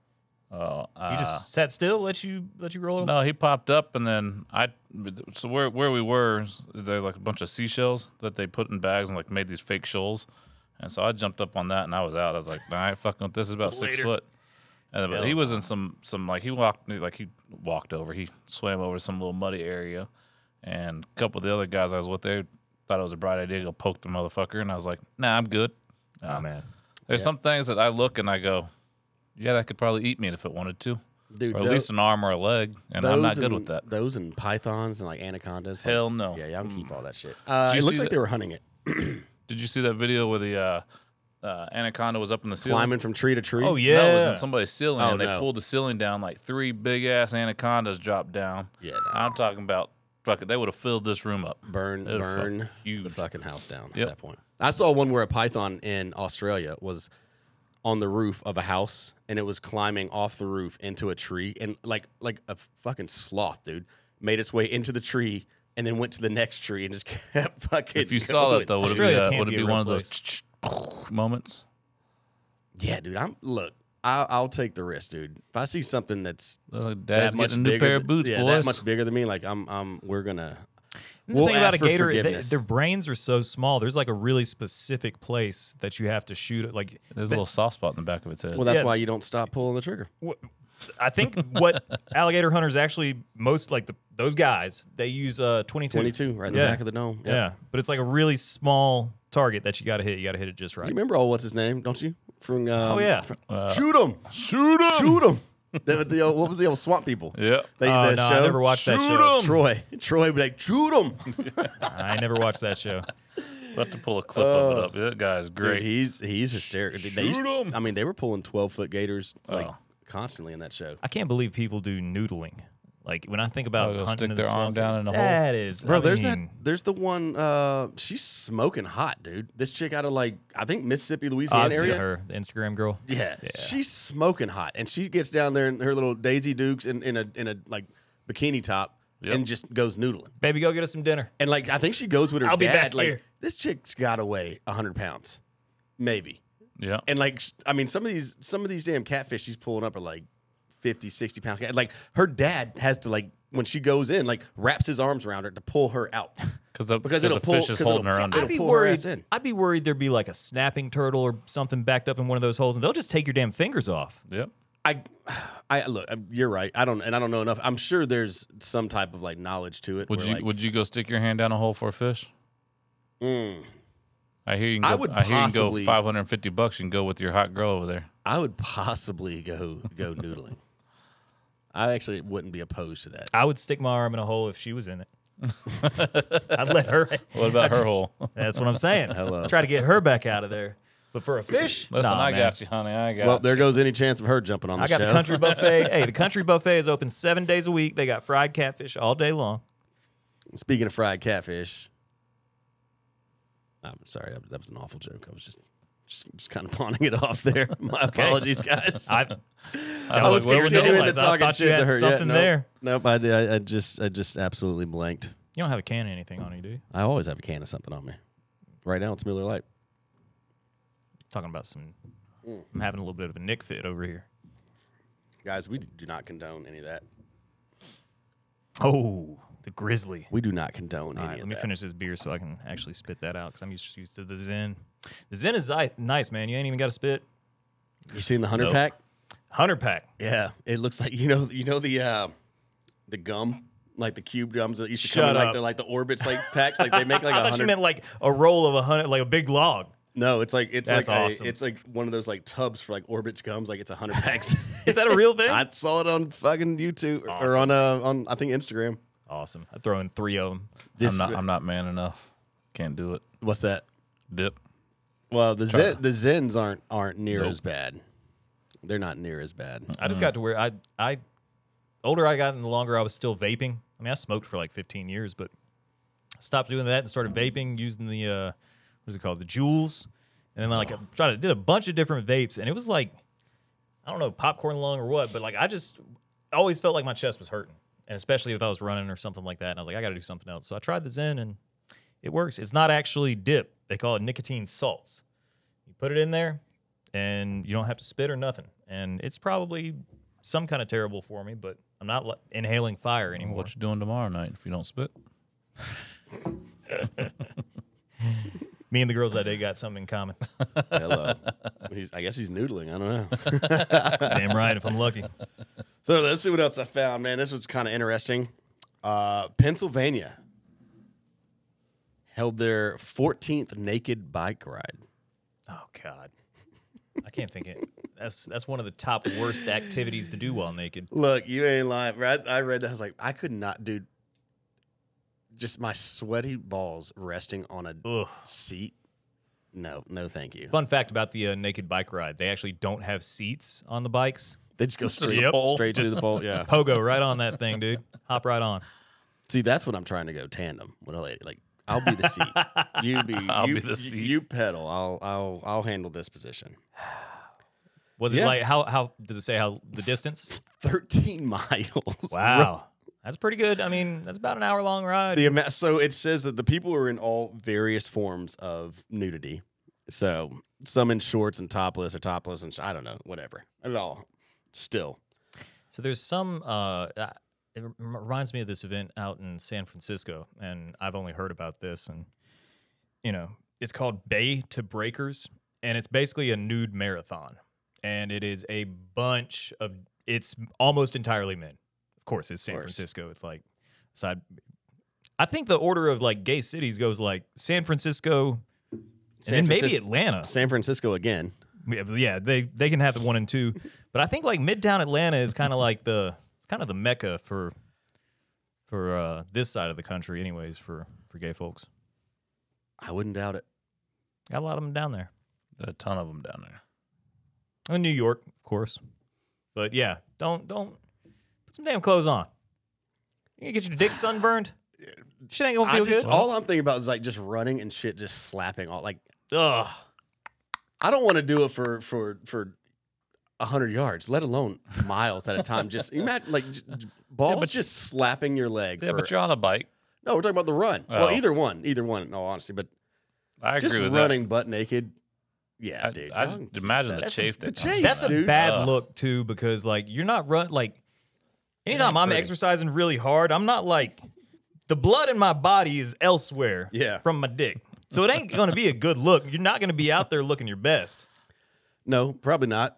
C: Oh, uh,
B: You just sat still, let you let you roll over.
C: no, he popped up, and then I. So where where we were, there's like a bunch of seashells that they put in bags and like made these fake shoals, and so I jumped up on that and I was out. I was like, nah, I ain't fucking with this. Is about six foot. And then, but he was in some some like he walked like he walked over. He swam over some little muddy area, and a couple of the other guys I was with, they thought it was a bright idea to go poke the motherfucker, and I was like, Nah, I'm good.
B: oh man,
C: There's some things that I look and I go, Yeah, that could probably eat me if it wanted to.
A: Dude,
C: or at
A: tho-
C: least an arm or a leg, and I'm not
A: those
C: good
A: and-
C: with that.
A: Those and pythons and like anacondas. like-
C: Hell no. Mm.
A: yeah, yeah, I'll keep all that shit. Uh,
C: Did you
A: it looks
C: see
A: like
C: the-
A: they were hunting it,
C: Did you see that video where the uh, uh, anaconda was up in the ceiling?
A: climbing from tree to tree.
B: Oh,
C: No, it was
B: Yeah.
C: in somebody's ceiling,
A: Oh,
C: and they
A: no.
C: pulled the ceiling down. Like three big ass anacondas dropped down.
A: Yeah, no.
C: I'm talking about fuck it. They would have filled this room up.
A: burn,
C: It'd Oh, fuck
A: burn the
C: huge.
A: fucking house down
C: Yep.
A: at that point. I saw one where a python in Australia was on the roof of a house and it was climbing off the roof into a tree and like like a fucking sloth, dude, made its way into the tree and then went to the next tree and just kept fucking.
C: If you saw
A: going.
C: that though, would it be,
B: Australia
C: uh,
B: can't
C: would it
B: be
C: be
B: a
C: one of
B: real
C: those moments?
A: yeah, dude, I'm look. I, I'll take the risk, dude. If I see something that's
C: I was like,
A: that
C: Dad's
A: much
C: getting a new
A: bigger
C: pair of
A: th-
C: boots,
A: yeah,
C: boys.
A: that much bigger than me, like I'm, I'm, we're gonna.
B: And the
A: we'll
B: thing about
A: ask
B: a
A: for
B: gator, they,
A: forgiveness.
B: their brains are so small. There's like a really specific place that you have to shoot. At. Like,
C: There's a little soft spot in the back of its head.
A: Well, that's
B: yeah.
A: why you don't stop pulling the trigger.
B: wh- I think what alligator hunters actually most like the, those guys they use uh 22.
A: 22, right in the
B: Yeah.
A: back of the dome.
B: Yeah. but it's like a really small target that you got to hit. You got to hit it just right.
A: You remember all what's his name, don't you? From um,
B: Oh yeah,
A: shoot him,
C: Shoot him!
A: shoot him. the, the old, what was the old swamp people?
C: Yeah.
A: they,
B: Oh,
A: that
B: no, I
A: show.
B: never watched that
C: Shoot
B: show.
C: 'em.
A: Troy, Troy, would be like shoot him.
B: I never watched that show.
C: We'll have to pull a clip of it up. That guy's
A: Uh, Dude,
C: great.
A: he's he's hysterical. Dude, they used-
C: Shoot 'em.
A: I mean, they were pulling twelve foot gators like
C: Oh.
A: constantly in that show.
B: I can't believe people do noodling. Like when I think about
C: Oh, they'll
B: hunting
C: stick
B: in the
C: their arm
B: swamps,
C: down in a hole.
B: That is,
A: Bro,
B: I
A: there's
B: mean,
A: that. There's the one. Uh, she's smoking hot, dude. This chick out of like I think Mississippi,
B: Oh,
A: Louisiana
B: I see
A: area.
B: her, the Instagram girl.
A: Yeah. She's smoking hot. And she gets down there in her little Daisy Dukes in, in a in a like bikini top and just goes noodling.
B: Baby, go get us some dinner.
A: And like I think she goes with her
B: I'll be
A: dad.
B: back
A: like
B: here.
A: this chick's gotta weigh hundred pounds. Maybe.
C: Yeah.
A: And like sh- I mean, some of these some of these damn catfish she's pulling up are like 50, 60 pound cat. Like her dad has to like when she goes in, like wraps his arms around her to pull her out.
C: Cause the,
A: Because
C: because
A: it'll
C: the fish
A: pull-
C: is
A: 'cause it'll-
C: holding her
A: see,
C: under.
A: I-
B: I'd be
A: pull her ass
B: worried.
A: in.
B: I'd be worried there'd be like a snapping turtle or something backed up in one of those holes, and they'll just take your damn fingers off.
C: Yep.
A: I, I look. I'm- You're right. I don't, and I don't know enough. I'm sure there's some type of like knowledge to it.
C: Would
A: where,
C: you
A: like,
C: Would you go stick your hand down a hole for a fish?
A: mm,
C: I hear you. Can go,
A: I
C: I
A: would
C: hear you can go
A: possibly-
C: 550 bucks. You can go with your hot girl over there.
A: I would possibly go go noodling. I actually wouldn't be opposed to that.
B: I would stick my arm in a hole if she was in it. I'd let her.
C: What about her hole?
B: That's what I'm saying. Hello. Try to get her back out of there. But for a fish,
C: Listen,
B: nah,
C: I
B: man.
C: got you, honey. I got.
A: Well, there
C: you.
A: goes any chance of her jumping on the
B: I got
A: show.
B: the country buffet. hey, the country buffet is open seven days a week. They got fried catfish all day long.
A: Speaking of fried catfish, I'm sorry. That that was an awful joke. I was just just, just kind of pawning it off there. My apologies, guys.
B: I,
A: I
C: I
A: was
C: was like, where were the
A: continuing to
B: headlights? I
A: talking
B: thought you
A: shit to
B: had
A: her.
B: something
A: yeah, nope.
B: there.
A: Nope, I, did. I, I just I just absolutely blanked.
B: you don't have a can of anything on you, do you?
A: I always have a can of something on me. Right now, it's Miller Lite.
B: Talking about some.
A: Mm.
B: I'm having a little bit of a Nick fit over here.
A: Guys, we do not condone any of that.
B: Oh, the grizzly.
A: We do not condone
B: All
A: any
B: right,
A: of
B: let me
A: that.
B: finish this beer so I can actually spit that out because I'm used, used to the Zen. The Zen is zi- nice, man. You ain't even got to spit.
A: You seen the hundred
C: Nope.
A: pack?
B: Hunter pack.
A: Yeah, it looks like you know you know the uh, the gum like the cube gums that used to
B: Shut
A: come in like
B: up.
A: the like the orbits like packs like they make like
B: I
A: a
B: thought you
A: hundred.
B: meant like a roll of a hundred, like a big log.
A: no, it's like it's
B: That's
A: like a-
B: awesome.
A: it's like one of those like tubs for like orbits gums like it's a hundred packs.
B: Is that a real thing?
A: I saw it on fucking YouTube or- or
B: Awesome.
A: on uh on I think Instagram.
B: awesome. I throw in three of them.
A: Just,
C: I'm not. I'm not man enough. Can't do it.
A: what's that?
C: Dip.
A: Well, the zen, the Zens aren't aren't near as bad. They're not near as bad.
B: I just got to where I I older I got and the longer I was still vaping. I mean, I smoked for like 15 years, but stopped doing that and started vaping using the uh what's it called? The jewels. And then like I tried to did a bunch of different vapes and it was like I don't know, popcorn lung or what, but like I just always felt like my chest was hurting. And especially if I was running or something like that. And I was like, I gotta do something else. So I tried the Zen and it works. It's not actually dip. They call it nicotine salts. You put it in there, and you don't have to spit or nothing. And it's probably some kind of terrible for me, but I'm not li- inhaling fire anymore.
C: What you doing tomorrow night if you don't spit?
B: Me and the girls that day got something in common.
A: Hello. he's, I guess he's noodling. I don't know.
B: Damn right, if I'm lucky.
A: So let's see what else I found, man. This was kind of interesting. Uh, Pennsylvania held their 14th naked bike ride.
B: Oh God, I can't think it. That's that's one of the top worst activities to do while naked.
A: Look, you ain't lying. Right? I read that. I was like, I could not do just my sweaty balls resting on a
B: Ugh.
A: seat. No, no, thank you.
B: Fun fact about the uh, naked bike ride: they actually don't have seats on the bikes.
A: They just go
C: just
A: straight,
B: a pole.
A: straight to the pole. Yeah.
B: Pogo right on that thing, dude. Hop right on.
A: See, that's what I'm trying to go tandem. What I like, I'll be the seat. You be,
C: I'll
A: you,
C: be the
A: you-
C: seat.
A: You pedal. I'll, I'll, I'll handle this position.
B: Was it
A: Yeah.
B: like how how does it say how the distance?
A: 13 miles.
B: Wow, that's pretty good. I mean, that's about an hour long ride.
A: The amount, so it says that the people were in all various forms of nudity. So some in shorts and topless or topless and sh- I don't know, whatever. At all. Still.
B: So there's some. Uh, uh, it rem- reminds me of this event out in San Francisco, and I've only heard about this. And you know, it's called Bay to Breakers, and it's basically a nude marathon, and it is a bunch of. It's almost entirely men. Of course, it's San
A: course.
B: Francisco. It's like side. I think the order of like gay cities goes like San Francisco,
A: San
B: and then maybe
A: Francis-
B: Atlanta.
A: San Francisco again.
B: Yeah, but yeah, they they can have the one and two, but I think like Midtown Atlanta is kind of like the it's kind of the mecca for for uh, this side of the country, anyways, for for gay folks.
A: I wouldn't doubt it.
B: Got a lot of them down there,
C: A ton of them down there.
B: in New York, of course. But yeah, don't don't put some damn clothes on. You gonna get your dick sunburned? Shit ain't gonna
A: I
B: feel
A: just,
B: good.
A: all I'm thinking about is like just running and shit just slapping all like
B: Ugh.
A: I don't want to do it for for for hundred yards, let alone miles at a time. Just imagine like j- j- balls
C: but-
A: just slapping your leg.
C: Yeah,
A: for-
C: but you're on a bike.
A: no, we're talking about the run. Well,
C: Oh.
A: either one, either one. In all honesty, but
C: I agree
A: just
C: with
A: running butt naked. Yeah,
C: that. I,
A: dude.
C: I
A: I'm-
C: imagine the
B: That's-
C: chafe
A: the
C: that
A: chafe,
C: comes
B: That's a
A: dude.
B: bad
C: Ugh.
B: look too, because like you're not run like anytime
C: ain't
B: I'm
C: pretty.
B: exercising really hard, I'm not like the blood in my body is elsewhere
A: Yeah.
B: from my dick. So it ain't gonna be a good look. You're not gonna be out there looking your best.
A: no, probably not.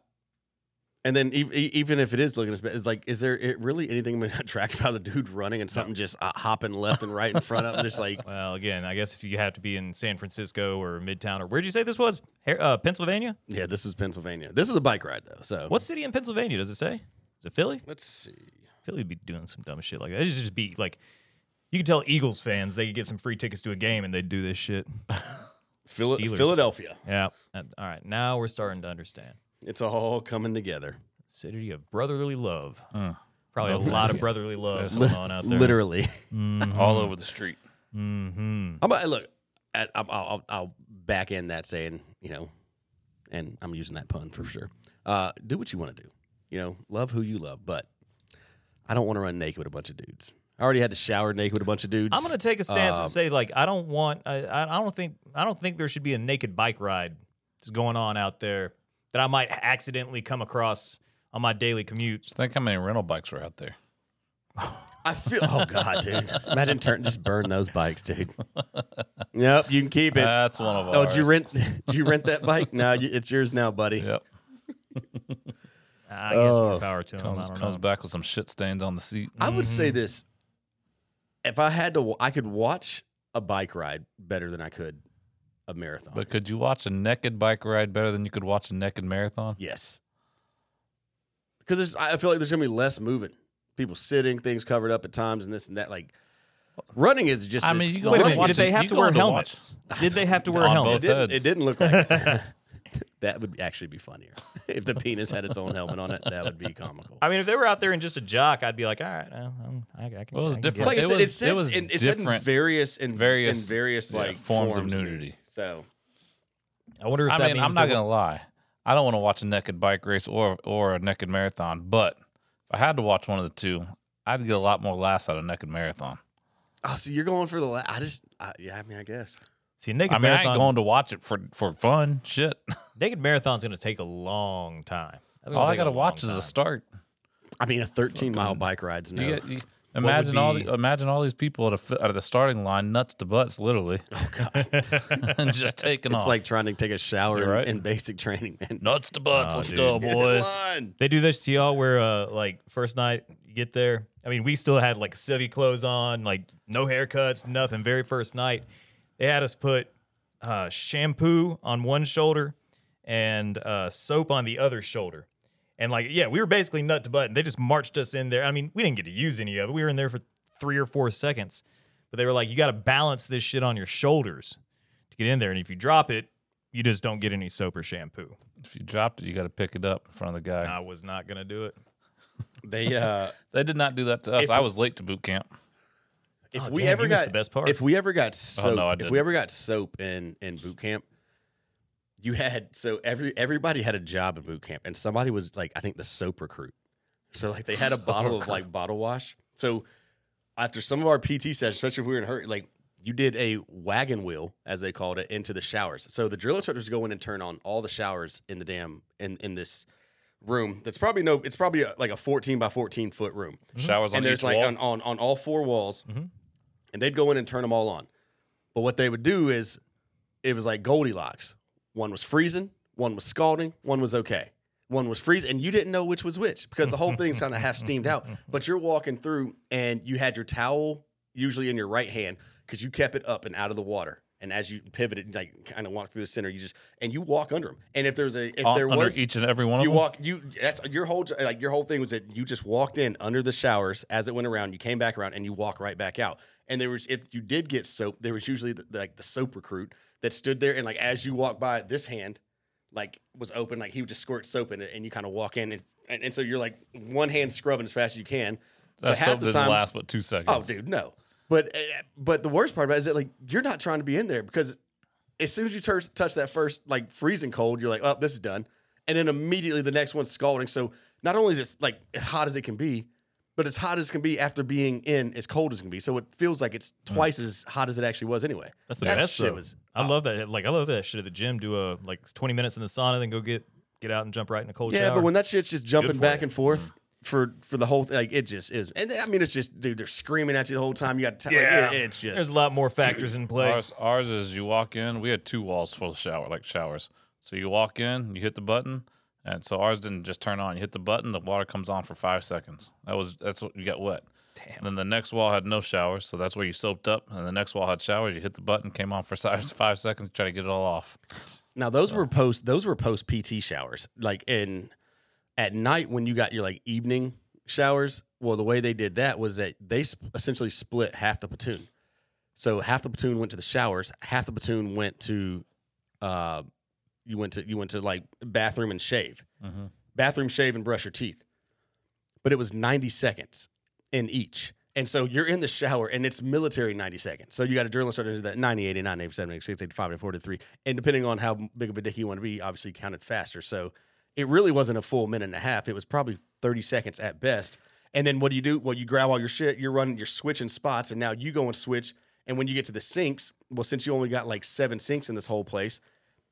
A: And then ev- e- even if it is looking as bad, it's like, is there it really anything attractive about a dude running and something just uh, hopping left and right in front of him, just like
B: Well, again, I guess if you have to be in San Francisco or Midtown or where'd you say this was? Har- Uh, Pennsylvania?
A: yeah, this was Pennsylvania. This was a bike ride though, so
B: What city in Pennsylvania does it say? Is it Philly?
A: Let's see.
B: Philly would be doing some dumb shit like that. It should just be like you can tell Eagles fans they could get some free tickets to a game and they'd do this shit.
A: Phil-
B: Steelers.
A: Philadelphia.
B: Yeah. Uh, All right. Now we're starting to understand.
A: It's all coming together.
B: City of brotherly love. Probably a
C: Brotherly
B: lot of
C: love.
B: brotherly love
C: Yes.
B: going on out there.
A: Literally.
C: all
A: Mm.
C: over the street.
B: Mm-hmm.
A: I'm, I- look, I, I'll, I'll, I'll back in that saying, you know, and I'm using that pun for sure. Uh, do what you want to do. You know, love who you love, but I don't want to run naked with a bunch of dudes. I already had to shower naked with a bunch of dudes.
B: I'm gonna take a stance
A: Um,
B: and say like I don't want I, I I don't think I don't think there should be a naked bike ride that's going on out there that I might accidentally come across on my daily commute.
C: Just think how many rental bikes are out there.
A: I feel. Oh God, dude! Imagine turn just burn those bikes, dude. Yep, you can keep it.
C: That's one of ours.
A: oh, did you rent? Did you rent that bike? No, you, it's yours now, buddy.
C: Yep.
B: I guess more
A: Oh.
B: power to him. I don't
C: Comes, comes
B: know.
C: back with some shit stains on the seat.
A: I would say
B: Mm-hmm.
A: this: if I had to, wa- I could watch a bike ride better than I could a marathon.
C: But could you watch a naked bike ride better than you could watch a naked marathon?
A: yes, because there's. I feel like there's gonna be less moving. People sitting, things covered up at times, and this and that. Like running is just.
C: I
A: a-
C: mean, you go
B: Wait a
C: I'm
B: minute.
C: watching-
B: Did they have
C: you
B: to
C: go
B: wear
C: on to watch.
B: helmets? Did they have to wear
C: On
A: it
B: helmets?
C: both.
A: didn't, it didn't look like that would actually be funnier if the penis had its own helmet on it. That would be comical.
B: I mean, if they were out there in just a jock, I'd be like, all right, uh, um, I, I can.
C: Well, it was
B: I can
C: different.
B: get
C: Like,
A: like
B: it.
A: I
C: it
A: said,
C: was-
A: it said
C: it was
A: in, it said in
C: different-
A: various in
C: various,
A: in various
C: yeah,
A: like
C: forms of nudity.
A: So
B: I wonder if
C: I
B: that
C: mean,
B: means
C: I'm not
B: they-
C: gonna lie. I don't want to watch a naked bike race or or a naked marathon, but if I had to watch one of the two, I'd get a lot more laughs out of naked marathon.
A: Oh, so you're going for the la- I just I, yeah, I mean, I guess.
B: See, a naked
C: I mean, I
B: marathon.
C: ain't going to watch it for for fun. Shit,
B: Naked marathon's going to take a long time. That's gonna
C: all I
B: take a
C: gotta
B: long
C: watch is
B: time.
C: the start.
A: I mean, a 13 mile bike ride's no.
C: You get, you- imagine all
B: be-
C: the, imagine all these people at, a, fi- at the starting line, nuts to butts, literally. Oh god, and just taking
A: it's
C: off
A: like trying to take a shower
C: You're
A: in,
C: right.
A: in basic training, man.
C: nuts to butts.
B: Oh,
C: let's
B: dude.
C: go, boys.
B: They do this to y'all where, uh, like, first night you get there. I mean, we still had like civvy clothes on, like no haircuts, nothing. Very first night, they had us put uh, shampoo on one shoulder and uh, soap on the other shoulder. And like, yeah, we were basically nut to butt. And they just marched us in there. I mean, we didn't get to use any of it. We were in there for three or four seconds. But they were like, you got to balance this shit on your shoulders to get in there. And if you drop it, you just don't get any soap or shampoo.
C: If you dropped it, you got to pick it up in front of the guy.
B: I was not going to do it.
A: They uh
C: They did not do that to us.
A: If-
C: I was late to boot camp.
A: if
B: Oh,
A: we
B: damn,
A: ever
B: you missed
A: got
B: the best part. Oh,
A: if we ever got soap,
C: no, I
A: if
C: didn't.
A: we ever got soap in in boot camp, you had so every everybody had a job in boot camp, and somebody was like, I think the soap recruit. So like they had a bottle of like bottle wash. So after some of our PT sessions, especially if we were in a hurry, like you did a wagon wheel as they called it into the showers. So the drill instructors go in and turn on all the showers in the damn in in this room. That's probably no, it's probably a, like a fourteen by fourteen foot room
C: Showers on
A: and
C: each
A: there's like
C: wall. Mm-hmm.
A: on, on on all four walls, and they'd go in and turn them all on. But what they would do is, it was like Goldilocks. One was freezing, one was scalding, one was okay, one was freezing, and you didn't know which was which because the whole thing's kind of half steamed out. But you're walking through, and you had your towel usually in your right hand because you kept it up and out of the water. And as you pivoted, like kind of walked through the center, you just and you walk under them. And if there's a if
C: on-
A: there
C: under
A: was
C: each and every one of
A: you
C: them.
A: walk. You that's your whole like your whole thing was that you just walked in under the showers as it went around. You came back around and you walk right back out. And there was if you did get soap, there was usually the, like the soap recruit that stood there and like as you walked by, this hand like was open, like he would just squirt soap in it, and you kind of walk in and, and and so you're like one hand scrubbing as fast as you can.
C: that
A: but half
C: soap
A: the
C: didn't
A: time-
C: last but two seconds.
A: Oh, dude, no. But uh, but the worst part about it is that like you're not trying to be in there because as soon as you tur- touch that first like freezing cold, you're like, oh, this is done, and then immediately the next one's scalding. So not only is it like hot as it can be, but as hot as can be after being in as cold as can be. So it feels like it's twice as hot as it actually was anyway.
B: Hmm. That's the
A: That
B: best.
A: shit
B: though.
A: was- uh,
B: I love that. Like I love that shit at the gym. Do a like twenty minutes in the sauna, then go get get out and jump right in a cold
A: Yeah,
B: shower.
A: but when that shit's just jumping
B: for
A: back
B: you. Hmm.
A: and forth for for the whole thing, like it just is. And I mean, it's just dude, they're screaming at you the whole time. You got to yeah. it's just
B: there's a lot more factors in play.
C: Ours, ours is you walk in. We had two walls full of shower, like showers. So you walk in, you hit the button, and so ours didn't just turn on. You hit the button, the water comes on for five seconds. That was that's what you got wet. Damn. Then the next wall had no showers, so that's where you soaped up. And the next wall had showers. You hit the button, came on for five, five seconds, try to get it all off.
A: Now those were post those were post PT showers. Like in at night when you got your like evening showers, well the way they did that was that they sp- essentially split half the platoon. So half the platoon went to the showers, half the platoon went to uh you went to you went to like bathroom and shave.
C: Mhm.
A: Bathroom shave and brush your teeth. But it was 90 seconds in each. And so you're in the shower and it's military 90 seconds. So you got a drill instructor do that 90, 89, 87, 86, 85, 84, 83. And depending on how big of a dick you want to be, obviously counted faster. So it really wasn't a full minute and a half. It was probably 30 seconds at best. And then what do you do? Well, you grab all your shit, you're running, you're switching spots, and now you go and switch. And when you get to the sinks, well, since you only got like seven sinks in this whole place,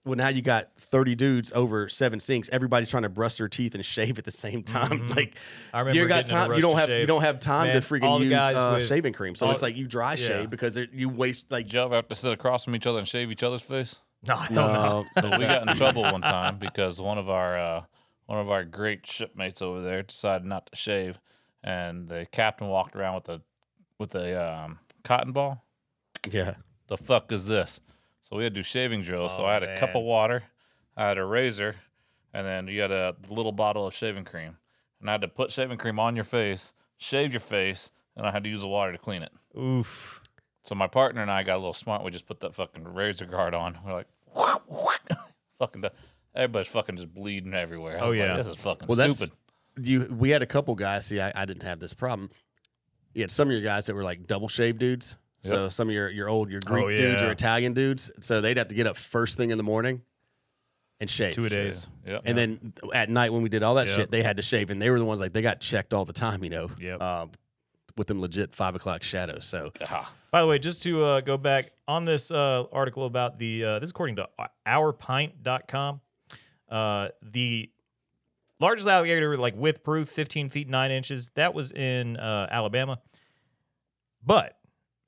A: well, now you got 30 dudes over seven sinks. Everybody's trying to brush their teeth and shave at the same time. Like,
B: I remember
A: you got
B: getting in a
A: time.
B: rush
A: You don't
B: to
A: have you
B: shave.
A: don't have time
B: Man,
A: to freaking
B: all the
A: use
B: guys
A: uh,
B: with-
A: shaving cream. So
B: all-
A: it's like you dry
B: yeah.
A: shave because there- you waste like
C: Did y'all ever have to sit across from each other and shave each other's face?
B: no, I don't know.
C: So we got in trouble one time because one of our uh, one of our great shipmates over there decided not to shave, and the captain walked around with a with a um, cotton ball.
A: Yeah.
C: The fuck is this? So we had to do shaving drills. so
B: Oh,
C: I had a cup of
B: man.
C: water, I had a razor, and then you had a little bottle of shaving cream, and I had to put shaving cream on your face, shave your face, and I had to use the water to clean it.
B: Oof.
C: So my partner and I got a little smart. We just put that fucking razor guard on. We're like, fucking, done. everybody's fucking just bleeding everywhere. I
B: Oh,
C: was like,
B: yeah.
C: this is fucking
A: Well, that's
C: stupid.
A: you. We had a couple guys. See, I, I didn't have this problem. You had some of your guys that were like double shave dudes. So some of your your old your Greek
B: Oh,
A: dudes,
B: yeah.
A: your Italian dudes. So they'd have to get up first thing in the morning and shave.
B: Two a days.
C: Yep.
A: And then at night when we did all that
B: Yep.
A: shit, they had to shave, and they were the ones like they got checked all the time. You know.
B: Yep.
A: Um, with them legit five o'clock shadows. So
C: Ah,
B: By the way, just to uh, go back on this uh, article about the uh, this is according to ourpint.com, uh, the largest alligator like with proof, 15 feet 9 inches, that was in uh, Alabama. But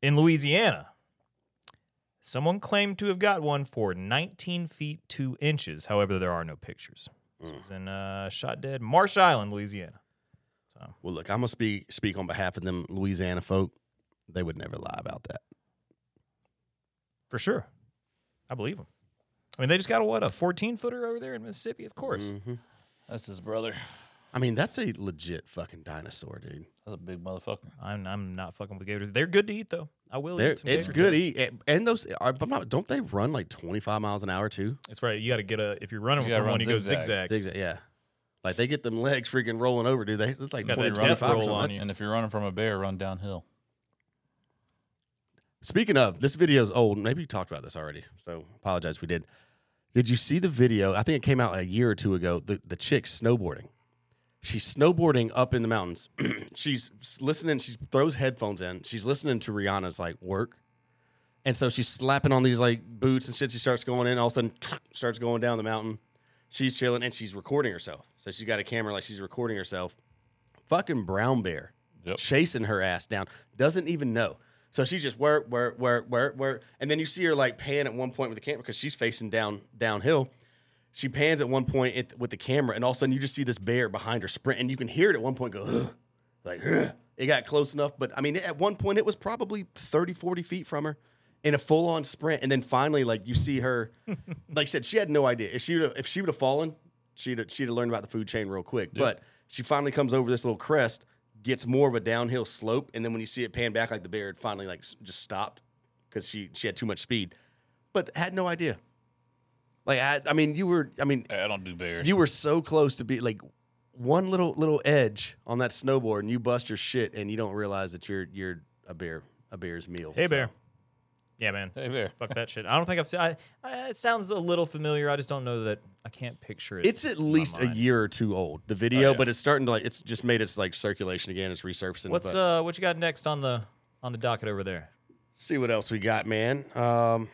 B: in Louisiana, someone claimed to have got one for 19 feet 2 inches. However, there are no pictures. This was in uh, Shot Dead, Marsh Island, Louisiana.
A: well, look, I'm gonna speak speak on behalf of them Louisiana folk. They would never lie about that.
B: For sure. I believe them. I mean, they just got a what, a 14 footer over there in Mississippi? Of course.
A: Mm-hmm.
C: that's his brother.
A: I mean, that's a legit fucking dinosaur, dude.
C: That's a big motherfucker.
B: I'm, I'm not fucking with gators. They're good to eat, though. I will
A: They're-
B: eat Oh, some
A: it's
B: gators.
A: good eat, and- and those. Are, I'm not, don't they run like 25 miles an hour too?
B: That's right. You got to get a, if you're running
C: You
B: with
C: gotta
B: one,
C: run
B: you go
C: zigzag.
B: zigzags.
A: Zigzag, yeah, like they get them legs freaking rolling over, do they? It's like
B: Yeah,
A: 20,
B: they run
A: 25 or
B: roll on
A: something.
B: you.
C: And if you're running from a bear, run downhill.
A: Speaking of, this video's old. Maybe you talked about this already, so apologize if we did. Did you see the video? I think it came out a year or two ago. The the chick snowboarding. She's snowboarding up in the mountains. she's listening. She throws headphones in. She's listening to Rihanna's like work, and so she's slapping on these like boots and shit. She starts going in. All of a sudden, starts going down the mountain. She's chilling and she's recording herself. So she's got a camera like she's recording herself. Fucking brown bear
C: Yep.
A: chasing her ass down. Doesn't even know. So she just work, work, work, work, work, and then you see her like pan at one point with the camera because she's facing down downhill. She pans at one point at, with the camera, and all of a sudden you just see this bear behind her sprint, and you can hear it at one point go "Ugh," like "Ugh." it got close enough, but I mean at one point it was probably 30, 40 feet from her in a full on sprint, and then finally like you see her, like I said, she had no idea if she would've- if she would have fallen, she'd have- she'd have learned about the food chain real quick, but she finally comes over this little crest gets more of a downhill slope, and then when you see it pan back, like the bear had finally like s- just stopped because she she had too much speed, but had no idea. Like I, I mean, you were, I mean,
C: I don't do bears.
A: you were so close to be like one little little edge on that snowboard, and you bust your shit, and you don't realize that you're you're a bear a bear's meal.
B: Hey,
A: So,
B: bear. Yeah, man.
C: hey bear.
B: Fuck that shit. I don't think I've seen I, I, It sounds a little familiar. I just don't know that I can't picture it.
A: It's at
B: in my
A: least a
B: mind.
A: year or two old, the
B: Oh,
A: video,
C: yeah.
A: but it's starting to like it's just made its like circulation again. It's resurfacing.
B: What's
A: but-
B: uh what you got next on the on the docket over there?
A: see what else we got, man. Um,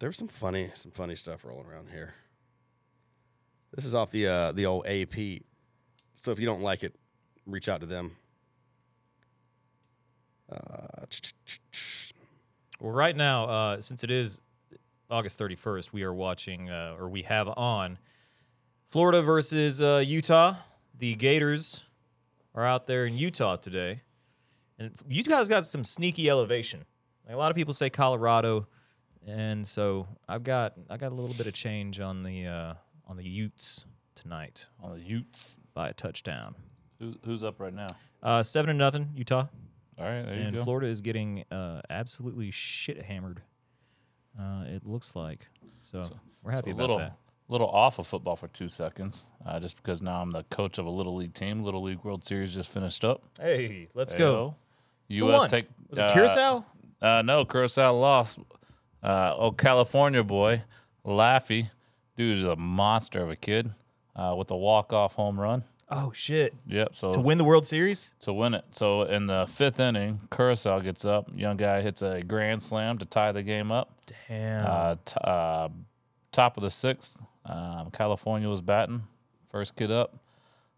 A: there was some funny, some funny stuff rolling around here. This is off the uh, the old AP. So if you don't like it, reach out to them. Uh,
B: Well, right now, uh, since it is August 31st, we are watching, uh, or we have on Florida versus uh, Utah. The Gators are out there in Utah today. And Utah's got some sneaky elevation. Like, a lot of people say Colorado, and so I've got I got a little bit of change on the uh, on the Utes tonight
C: On the Utes.
B: by a touchdown.
C: Who's, who's up right now?
B: Uh, seven to nothing, Utah
C: All right, there you
B: and
C: go.
B: Florida is getting uh, absolutely shit hammered. Uh, it looks like so. we're happy
C: a
B: about
C: little,
B: that.
C: little off of football for two seconds, uh, just because now I'm the coach of a little league team. Little League World Series just finished up.
B: Hey, let's
C: Ayo.
B: go. Who
C: U.S.
B: won?
C: take
B: Was it Curacao?
C: Uh, no, Curacao lost. Uh, oh, California boy, Laffy, dude is a monster of a kid uh, with a walk-off home run.
B: Oh shit!
C: Yep. So
B: To win the World Series,
C: to win it. So in the fifth inning, Curacao gets up. Young guy hits a grand slam to tie the game up.
B: damn.
C: Uh, t- uh, top of the sixth, um, California was batting. First kid up.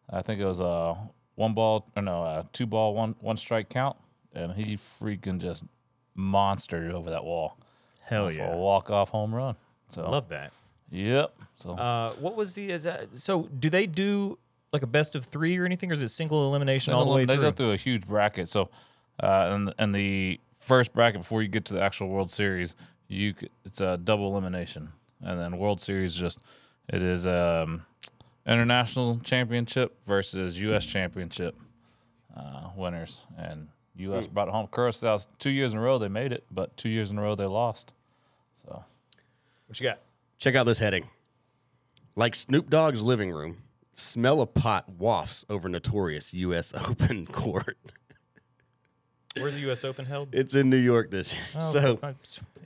C: I think it was a one ball or no, uh two ball, one one strike count, and he freaking just monstered over that wall
B: Hell
C: for a
B: yeah!
C: walk off home run. So
B: Love that.
C: Yep. So
B: Uh, what was the is that, so? Do they do like a best of three or anything, or is it single elimination all the way
C: they
B: through?
C: go through a huge bracket. So, uh, and and the first bracket before you get to the actual World Series, you c- it's a double elimination, and then World Series just it is um, international championship versus U.S. championship uh, winners, and U.S.
A: Hmm.
C: brought it home Curacao. Two years in a row they made it, but two years in a row they lost. So
B: What you got?
A: Check out this heading. Like Snoop Dogg's living room, smell a pot wafts over notorious U.S. Open court.
B: Where's the U.S. Open held?
A: It's in New York this year.
B: Oh,
A: so
B: uh,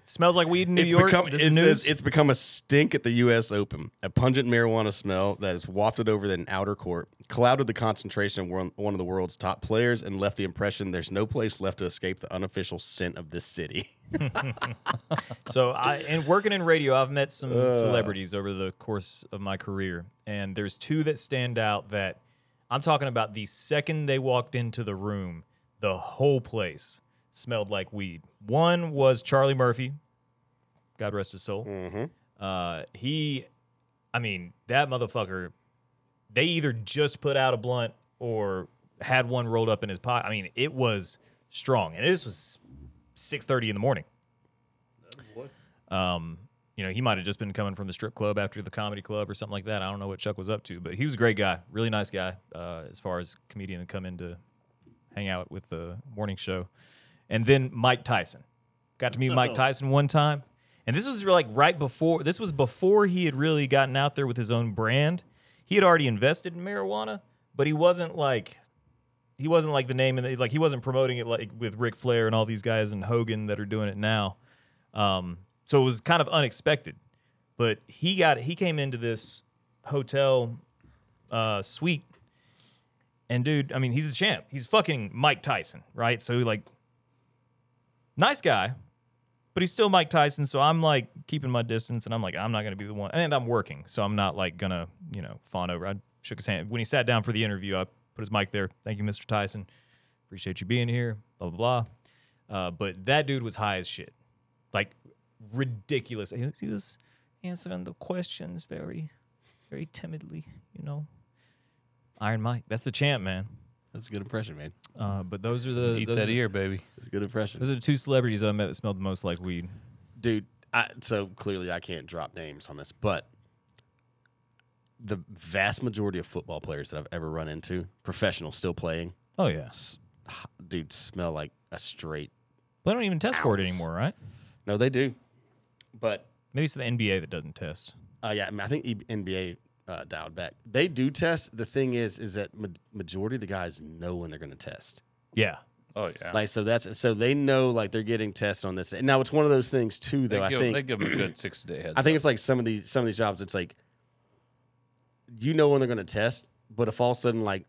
B: smells like weed in New
A: it's
B: York.
A: become
B: this
A: it
B: is news.
A: says it's become a stink at the U.S. Open, a pungent marijuana smell that is wafted over an outer court, clouded the concentration of one, one of the world's top players, and left the impression there's no place left to escape the unofficial scent of this city.
B: So I and working in radio, I've met some celebrities over the course of my career, and there's two that stand out that I'm talking about. The second they walked into the room, the whole place smelled like weed. One was Charlie Murphy, God rest his soul. Uh, he, I mean, that motherfucker. They either just put out a blunt or had one rolled up in his pocket. I mean, it was strong, and this was six thirty in the morning. Um, you know, he might have just been coming from the strip club after the comedy club or something like that. I don't know what Chuck was up to, but he was a great guy, really nice guy, uh, as far as comedian to come in to hang out with the morning show. And then Mike Tyson. Got to meet Mike Tyson one time. And this was like right before this was before he had really gotten out there with his own brand. He had already invested in marijuana, but he wasn't like he wasn't like the name and the- like he wasn't promoting it like with Ric Flair and all these guys and Hogan that are doing it now. Um, so it was kind of unexpected, but he got he came into this hotel uh, suite, and dude, I mean, he's a champ. He's fucking Mike Tyson, right? So like, nice guy, but he's still Mike Tyson. So I'm like keeping my distance, and I'm like, I'm not gonna be the one, and I'm working, so I'm not like gonna you know fawn over. I shook his hand when he sat down for the interview. I put his mic there. Thank you, Mr. Tyson. Appreciate you being here. Blah blah blah. Uh, but that dude was high as shit like ridiculous. He was, he was answering the questions very, very timidly. You know, Iron Mike. That's the champ, man.
A: That's a good impression, man.
B: Uh, but those are the
C: eat
B: those,
C: that
B: are,
C: ear, baby.
A: That's a good impression,
B: those are the two celebrities that I met that smelled the most like weed.
A: dude. I, so clearly, I can't drop names on this, but the vast majority of football players that I've ever run into, professional, still playing,
B: Oh yeah,
A: s- h- dude, smell like a straight.
B: but they don't even test for it
A: Ouch.
B: anymore, right?
A: No, they do, but
B: Maybe it's the NBA that doesn't test.
A: Uh, yeah, I, mean, I think E- NBA uh, dialed back. They do test. The thing is, is that ma- majority of the guys know when they're going to test.
B: Yeah,
C: Oh yeah.
A: Like, so that's so they know like they're getting tested on this. And now it's one of those things too, though.
C: they,
A: I
C: give,
A: think
C: they give them a good sixty day heads.
A: I think it's like some of these some of these jobs. It's like you know when they're going to test, but if all of a sudden like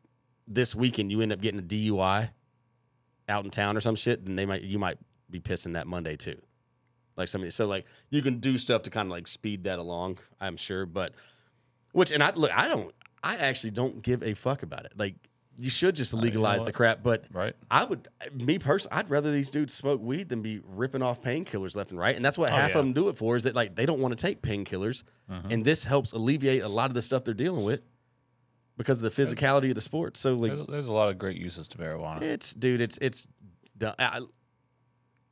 A: this weekend you end up getting a DUI out in town or some shit, then they might you might be pissing that Monday too. Like some of these, so like you can do stuff to kind of like speed that along, I'm sure. But which and I look, I don't, I actually don't give a fuck about it. Like you should just legalize the
C: what?
A: crap, but
C: Right.
A: I would, me personally, I'd rather these dudes smoke weed than be ripping off painkillers left and right. And that's what half
B: Oh, yeah. Mm-hmm.
A: of them do it for is that like they don't want to take painkillers, and this helps alleviate a lot of the stuff they're dealing with because of the physicality of the sport. So like,
C: there's, there's a lot of great uses to marijuana.
A: it's dude, it's it's, du- I,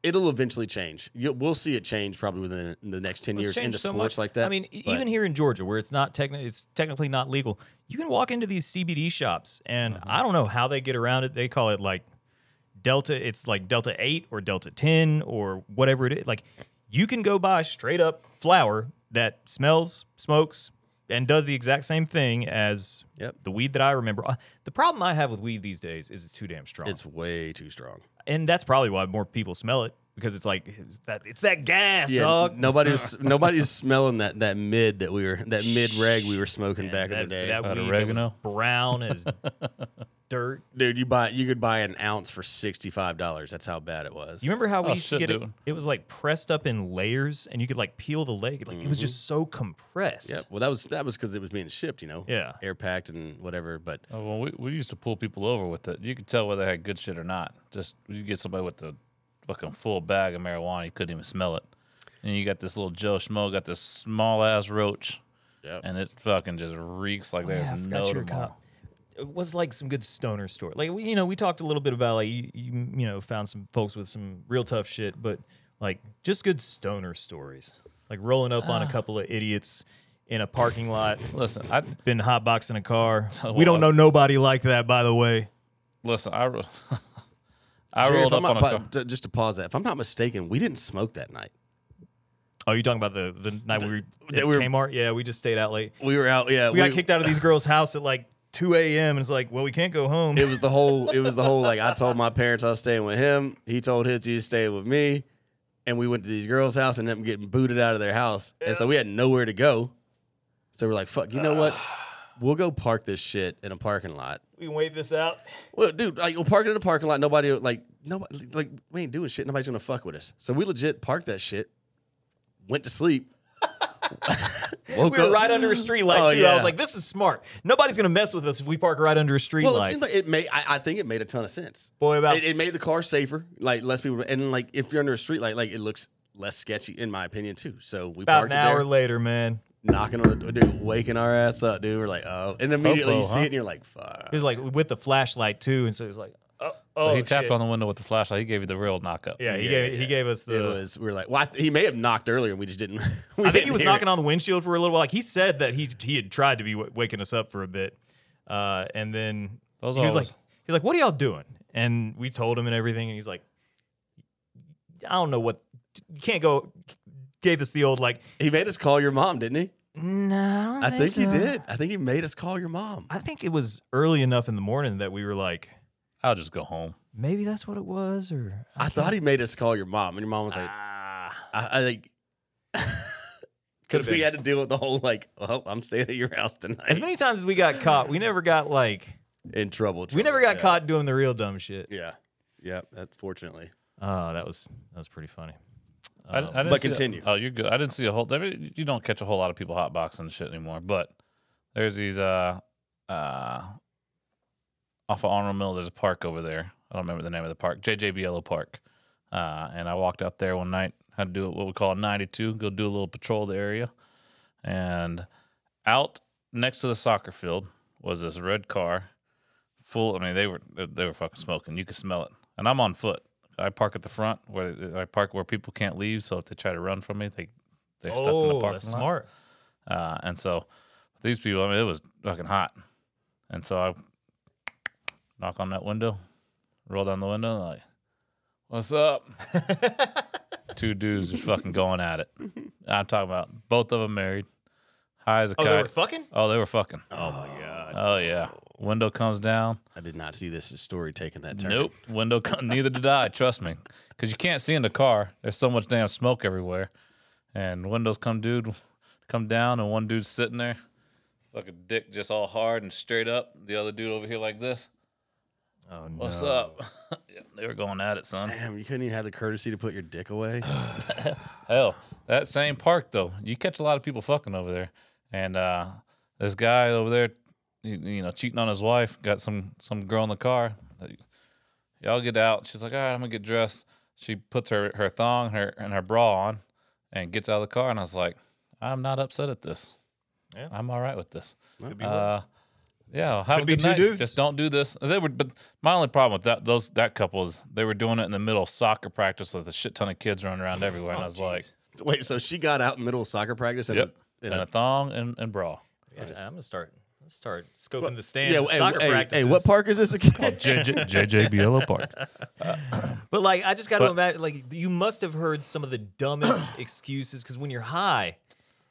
A: it'll eventually change. You, we'll see it change probably within the next ten
B: It's
A: years into
B: changed so
A: sports
B: much.
A: like that.
B: I mean, e-
A: But-
B: even here in Georgia, where it's not techni- it's technically not legal. You can walk into these CBD shops, and
A: Mm-hmm.
B: I don't know how they get around it. They call it like Delta. It's like Delta Eight or Delta Ten or whatever it is. Like you can go buy straight up flower that smells, smokes, and does the exact same thing as
A: Yep.
B: the weed that I remember. Uh, The problem I have with weed these days is it's too damn strong
A: it's way too strong.
B: and that's probably why more people smell it because it's like it's that it's that gas,
A: Yeah,
B: dog.
A: nobody was nobody was smelling that that mid that we were that mid reg we were smoking back
B: that,
A: in the day.
B: that
C: That
B: weed that
C: oregano?
B: was brown as dirt.
A: Dude, you buy you could buy an ounce for sixty five dollars. That's how bad it was.
B: You remember how we
C: Oh,
B: used
C: shit,
B: to get it?
C: dude.
B: It was like pressed up in layers, and you could like peel the leg. Like it was just
C: Mm-hmm.
B: so compressed.
A: Yeah. Well, that was that was because it was being shipped. You know.
B: Yeah.
A: Air packed and whatever. But
C: Oh, well, we, we used to pull people over with it. You could tell whether they had good shit or not. Just you get somebody with the fucking full bag of marijuana, you couldn't even smell it. and you got this little Joe Schmo got this small ass roach,
A: Yep.
C: and it fucking just reeks like there's
B: Oh, Yeah, I forgot
C: no
B: you were
C: tomorrow.
B: cop. It was like some good stoner story. Like we, you know, we talked a little bit about like you, you, you know, found some folks with some real tough shit, but like just good stoner stories. Like rolling up on a couple of idiots in a parking lot,
C: Listen, I
B: been hotboxing a car. We don't know nobody like that, by the way.
C: listen. I ro- I
A: Jerry, if
C: rolled
A: I'm
C: up on
A: not-
C: a
A: but
C: car.
A: d- Just to pause that, if I'm not mistaken, we didn't smoke that night.
B: Oh, you talking about the the night we were
A: that
B: at
A: we were-
B: Kmart? Yeah, we just stayed out late.
A: We were out. Yeah,
B: We got kicked out of these girls' house at like 2 a.m. and it's like, well, we can't go home.
A: It was the whole. It was the whole. Like I told my parents I was staying with him. He told his he was staying with me, and we went to these girls' house and ended up getting booted out of their house, and so we had nowhere to go. So we're like, "Fuck, you know what? We'll go park this shit in a parking lot."
B: we can wait this out.
A: Well, dude, like we'll park it in a parking lot. Nobody like nobody like we ain't doing shit. Nobody's gonna fuck with us. So we legit parked that shit. Went to sleep. Woke
B: We were
A: up-
B: right under a street light
A: Oh,
B: too. I was
A: yeah.
B: like, this is smart. Nobody's gonna mess with us if we park right under a street
A: Well, it
B: light.
A: seemed like it made. I, I think it made a ton of sense.
B: Boy, about
A: it, it made the car safer, like less people. And like if you're under a street light, like it looks less sketchy, in my opinion, too. So we
B: about an
A: parked it
B: hour
A: there,
B: later, man.
A: knocking on the dude, waking our ass up, dude. We're like, oh, and immediately
C: Popo,
A: you see
C: huh?
A: it, and you're like, fuck.
B: It was like with the flashlight too, and so it was like, oh, oh
C: he tapped
B: shit.
C: on the window with the flashlight. He gave you the real knockup.
B: Yeah, he
A: Yeah,
B: gave
A: yeah,
B: he
A: yeah.
B: gave us
A: It
B: the.
A: was. We were like, well, I th- he may have knocked earlier, and we just didn't. we
B: I think he was knocking
A: on.
B: on the windshield for a little while. Like he said that he he had tried to be w- waking us up for a bit, uh, and then
C: Those
B: he was like,
C: always-
B: he's like, what are y'all doing? And we told him and everything, and he's like, I don't know what. You can't go. Gave us the old like,
A: He made us call your mom, didn't he?
B: no.
A: I think he did. I think he made us call your mom.
B: I think it was early enough in the morning that we were like,
C: I'll just go home.
B: maybe that's what it was, or
A: I thought he made us call your mom, and your mom was
B: Ah.
A: like, I, I think. Because we
B: been.
A: had to deal with the whole like, oh, I'm staying at your house tonight.
B: As many times as we got caught, we never got like,
A: in trouble.
B: we never
A: trouble.
B: got
A: Yeah.
B: caught doing the real dumb shit.
A: Yeah, yeah. That, fortunately,
B: Oh, that was that was pretty funny.
C: I, I
B: Um,
C: didn't
A: but
C: see a-
A: continue.
C: oh, you're good. I didn't see a whole. I mean, you don't catch a whole lot of people hotboxing and shit anymore. But there's these uh uh off of Arnold Mill. There's a park over there. I don't remember the name of the park. JJ Biello Park. Uh, and I walked out there one night. Had to do what we call a 92. Go do a little patrol of the area. And out next to the soccer field was this red car, full. I mean, they were they were fucking smoking. You could smell it. And I'm on foot. I park at the front where I park where people can't leave. So if they try to run from me, they they're stuck in the
B: oh,
C: parking
B: that's
C: lot.
B: smart.
C: Uh, and so these people, I mean, it was fucking hot. And so I knock on that window, roll down the window, and like, what's up? Two dudes just fucking going at it. I'm talking about both of them married, high as a
B: Oh,
C: kite.
B: they were fucking.
C: oh, they were fucking.
A: oh my god,
C: Oh, yeah. Window comes down.
A: I did not see this story taking that turn.
C: Nope. Window come. Neither did I. Trust me, because you can't see in the car. There's so much damn smoke everywhere, and windows come dude come down, and one dude's sitting there, fucking dick just all hard and straight up. The other dude over here like this.
B: Oh no.
C: What's up? yeah, they were going at it, son.
A: Damn, you couldn't even have the courtesy to put your dick away.
C: Hell, that same park though, you catch a lot of people fucking over there, and uh, this guy over there, you, you know, cheating on his wife, got some some girl in the car. Like, Y'all get out. She's like, all right, I'm gonna get dressed. She puts her her thong her and her bra on, and gets out of the car. And I was like, I'm not upset at this.
B: Yeah.
C: I'm all right with this.
B: Could be
C: Uh, yeah, have
B: Could
C: a
B: be
C: good
B: two
C: night.
B: dudes.
C: Just don't do this. They were, but my only problem with that those that couple is they were doing it in the middle of soccer practice with a shit ton of kids running around everywhere,
B: Oh,
C: and I was like,
A: Wait, so she got out in the middle of soccer practice and,
C: Yep.
A: and
C: and a thong and, and bra.
B: Yeah, I'm gonna start. Let's start scoping
A: What-
B: the stands. Yeah,
A: hey,
B: soccer
A: hey,
B: practices.
A: Hey, what park is this again?
C: JJ, JJ Biello Park.
B: But like, I just got to
C: But-
B: imagine. Like, you must have heard some of the dumbest excuses because when you're high,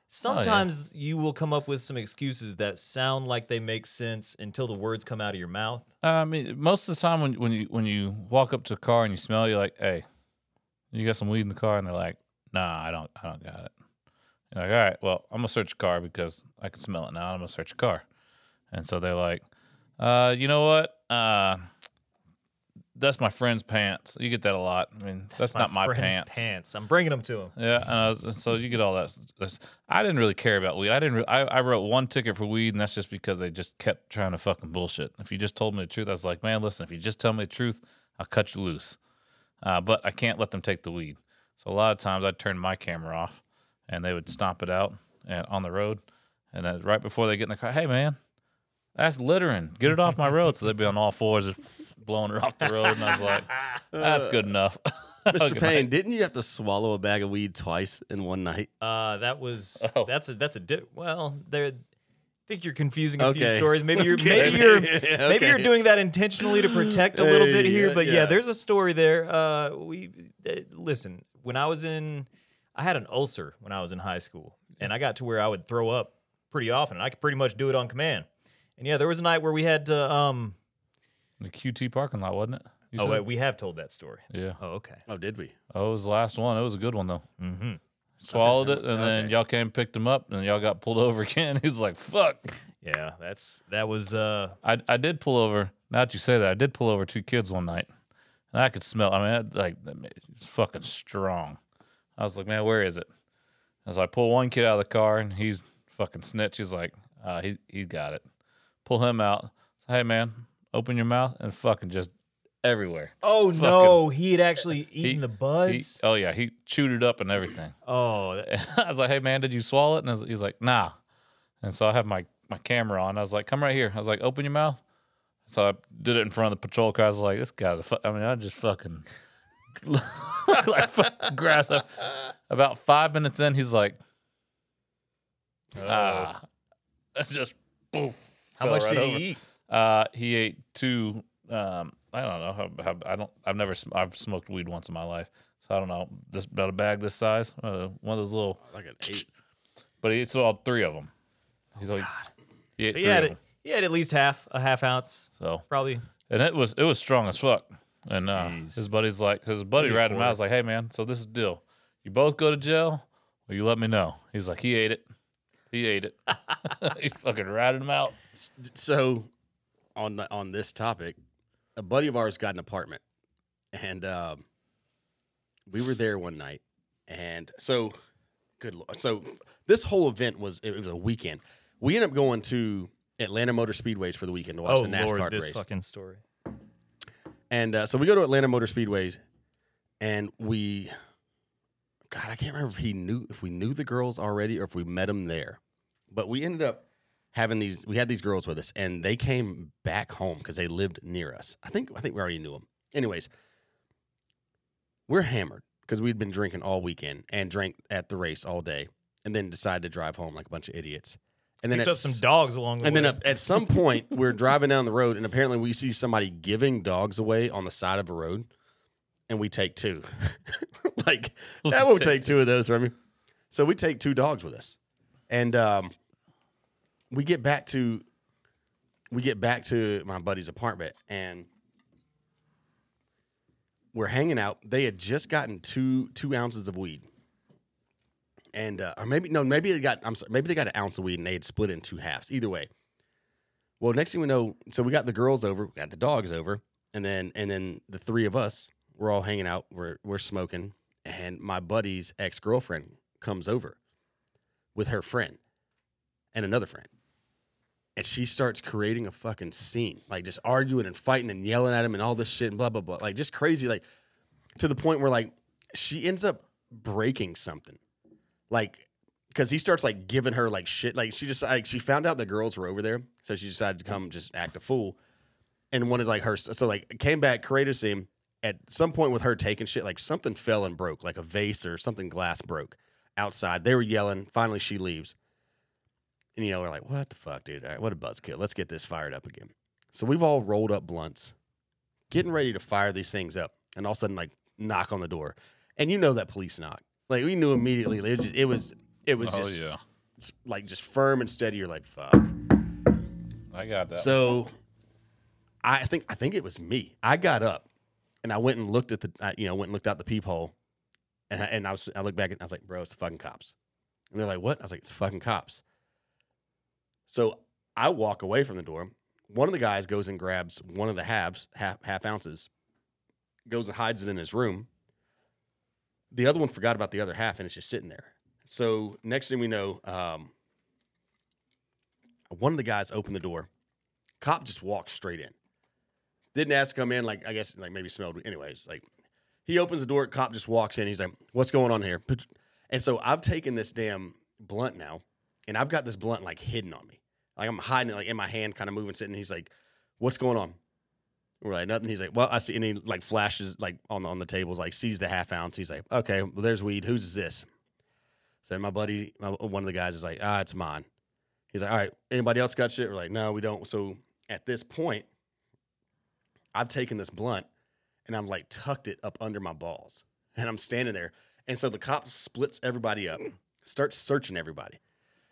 B: sometimes you will come up with some excuses that sound like they make sense until the words come out of your mouth.
C: Uh, I mean, most of the time when, when you when you walk up to a car and you smell, you're like, "Hey, you got some weed in the car?" And they're like, "Nah, I don't, I don't got it." You're like, "All right, well, I'm gonna search a car because I can smell it now. and I'm gonna search a car." And so they're like, uh, "You know what? Uh, that's my friend's pants. You get that a lot. I mean, that's, not my
B: friend's
C: pants.
B: I'm bringing them to him.
C: Yeah, and, I was, and so you get all that. This, I didn't really care about weed. I didn't. Re- I, I wrote one ticket for weed, and that's just because they just kept trying to fucking bullshit. If you just told me the truth, I was like, man, listen, if you just tell me the truth, I'll cut you loose. Uh, but I can't let them take the weed. So a lot of times I'd turn my camera off and they would stomp it out and on the road. And then right before they get in the car, hey man, that's littering. Get it off my road. So they'd be on all fours just blowing her off the road. And I was like, that's good enough.
A: Mr. Payne, didn't you have to swallow a bag of weed twice in one night?
B: Uh, that was
C: Oh.
B: that's a that's a di- well. There, I think you're confusing a few
A: Okay.
B: stories. Maybe you're
A: Okay.
B: maybe you're
A: Yeah,
B: maybe you're
A: okay.
B: doing that intentionally to protect a little bit
A: Hey,
B: here.
A: yeah,
B: But yeah,
A: yeah.
B: there's a story there. Uh, we uh, listen. When I was in, I had an ulcer when I was in high school, and I got to where I would throw up pretty often. I could pretty much do it on command. And yeah, there was a night where we had to. Um,
C: the QT parking lot, wasn't it? You
B: oh
C: said?
B: wait, we have told that story.
C: Yeah.
B: Oh okay.
A: Oh, did we?
C: Oh, it was the last one. It was a good one though.
B: Mm-hmm.
C: Swallowed it, and then
A: Okay.
C: y'all came and picked him up, and y'all got pulled over again. He's like, "Fuck!"
B: Yeah, that's that was. Uh,
C: I I did pull over. Now that you say that, I did pull over two kids one night, and I could smell. I mean, I, like that ma- it's fucking strong. I was like, man, where is it? As I pull one kid out of the car, and he's fucking snitch. He's like, uh, he he got it. Pull him out. Say, hey man, open your mouth and fucking just everywhere.
B: oh
C: no,
B: he had actually eaten
C: He-
B: the
C: He-
B: buds.
C: oh yeah, he chewed it up and everything.
B: oh, that-
C: I was like, "Hey man, did you swallow it?" And I was- he's like, "Nah." And so I have my my camera on. I was like, "Come right here." I was like, "Open your mouth." So I did it in front of the patrol car. I was like, "This guy, the fu-. I mean, I just fucking like fucking grass." up. About five minutes in, he's like, "Ah," just
B: Oh.
C: poof.
B: how
C: fell
B: much
C: right
B: did
C: over.
B: he eat?
C: Uh, he ate two. Um, I don't know. How, how, I don't. I've never. sm- I've smoked weed once in my life, so I don't know. This about a bag this size. Uh, one of those little
A: Like an eight.
C: but he saw three of them. He's like, he ate
B: He
C: three
B: had
C: of
B: it.
C: them.
B: He had at least half a half ounce,
C: So,
B: probably.
C: and it was it was strong as fuck. And uh,
B: Jeez.
C: his buddy's like, his buddy
B: Pretty
C: ratted him out.
B: poor.
C: I was like, hey man, so this is the deal. You both go to jail, or you let me know. He's like, he ate it. He ate it. he fucking ratted him out.
A: So, on the- on this topic, a buddy of ours got an apartment, and um, we were there one night, and so good. Lord, so this whole event was it was a weekend. We ended up going to Atlanta Motor Speedways for the weekend to watch
B: oh
A: the NASCAR
B: lord, this
A: race.
B: fucking story.
A: And uh, so we go to Atlanta Motor Speedways, and we, God, I can't remember if he knew if we knew the girls already or if we met them there, but we ended up having these. We had these girls with us, and they came back home because they lived near us. I think I think we already knew them. Anyways, we're hammered because we'd been drinking all weekend and drank at the race all day, and then decided to drive home like a bunch of idiots. And then
B: Picked
A: at
B: up some
A: s-
B: dogs along the
A: and
B: way.
A: then at- at some point, we're driving down the road, and apparently we see somebody giving dogs away on the side of a road, and we take two. like that won't take two of those from you. So we take two dogs with us, and um, we get back to we get back to my buddy's apartment, and we're hanging out. They had just gotten two two ounces of weed. And uh, or maybe no, maybe they got I'm sorry, maybe they got an ounce of weed and they had split it in two halves. Either way, well, next thing we know, so we got the girls over, we got the dogs over, and then and then the three of us we're all hanging out, we're we're smoking, and my buddy's ex girlfriend comes over with her friend and another friend, and she starts creating a fucking scene, like just arguing and fighting and yelling at him and all this shit and blah blah blah, like just crazy, like to the point where like she ends up breaking something, like because he starts like giving her like shit. Like she just like she found out the girls were over there, so she decided to come just act a fool, and wanted like her. So like came back, created a scene. At some point with her taking shit, like something fell and broke, like a vase or something glass broke outside. They were yelling. Finally, she leaves, and you know we're like, "What the fuck, dude? All right, what a buzzkill. Let's get this fired up again." So we've all rolled up blunts, getting ready to fire these things up, and all of a sudden, like knock on the door, and you know that police knock. Like we knew immediately. It was just, it was, it was just
C: Oh, yeah,
A: s- like just firm and steady. You're like, fuck.
C: I got that.
A: So I think I think it was me. I got up and I went and looked at the I, you know went and looked out the peephole, and I, and I was I looked back and I was like, bro, it's the fucking cops. And they're like, what? I was like, it's fucking cops. So I walk away from the door. One of the guys goes and grabs one of the halves, half half ounces, goes and hides it in his room. The other one forgot about the other half and it's just sitting there. So next thing we know, um, one of the guys opened the door cop just walked straight in. Didn't ask to come in, like I guess like maybe smelled anyways, like He opens the door. Cop just walks in. He's like, "What's going on here?" But- And so I've taken this damn blunt now, and I've got this blunt like hidden on me. Like I'm hiding it like in my hand, kind of moving, sitting. He's like, "What's going on?" We're like, "Nothing." He's like, "Well, I see." And he like flashes like on the on the tables, like sees the half ounce. He's like, "Okay, well, there's weed. Whose is this?" So my buddy, my, one of the guys, is like, "Ah, it's mine." He's like, "All right, anybody else got shit?" We're like, "No, we don't." So at this point, I've taken this blunt and I'm like tucked it up under my balls. And I'm standing there. And so the cop splits everybody up, starts searching everybody.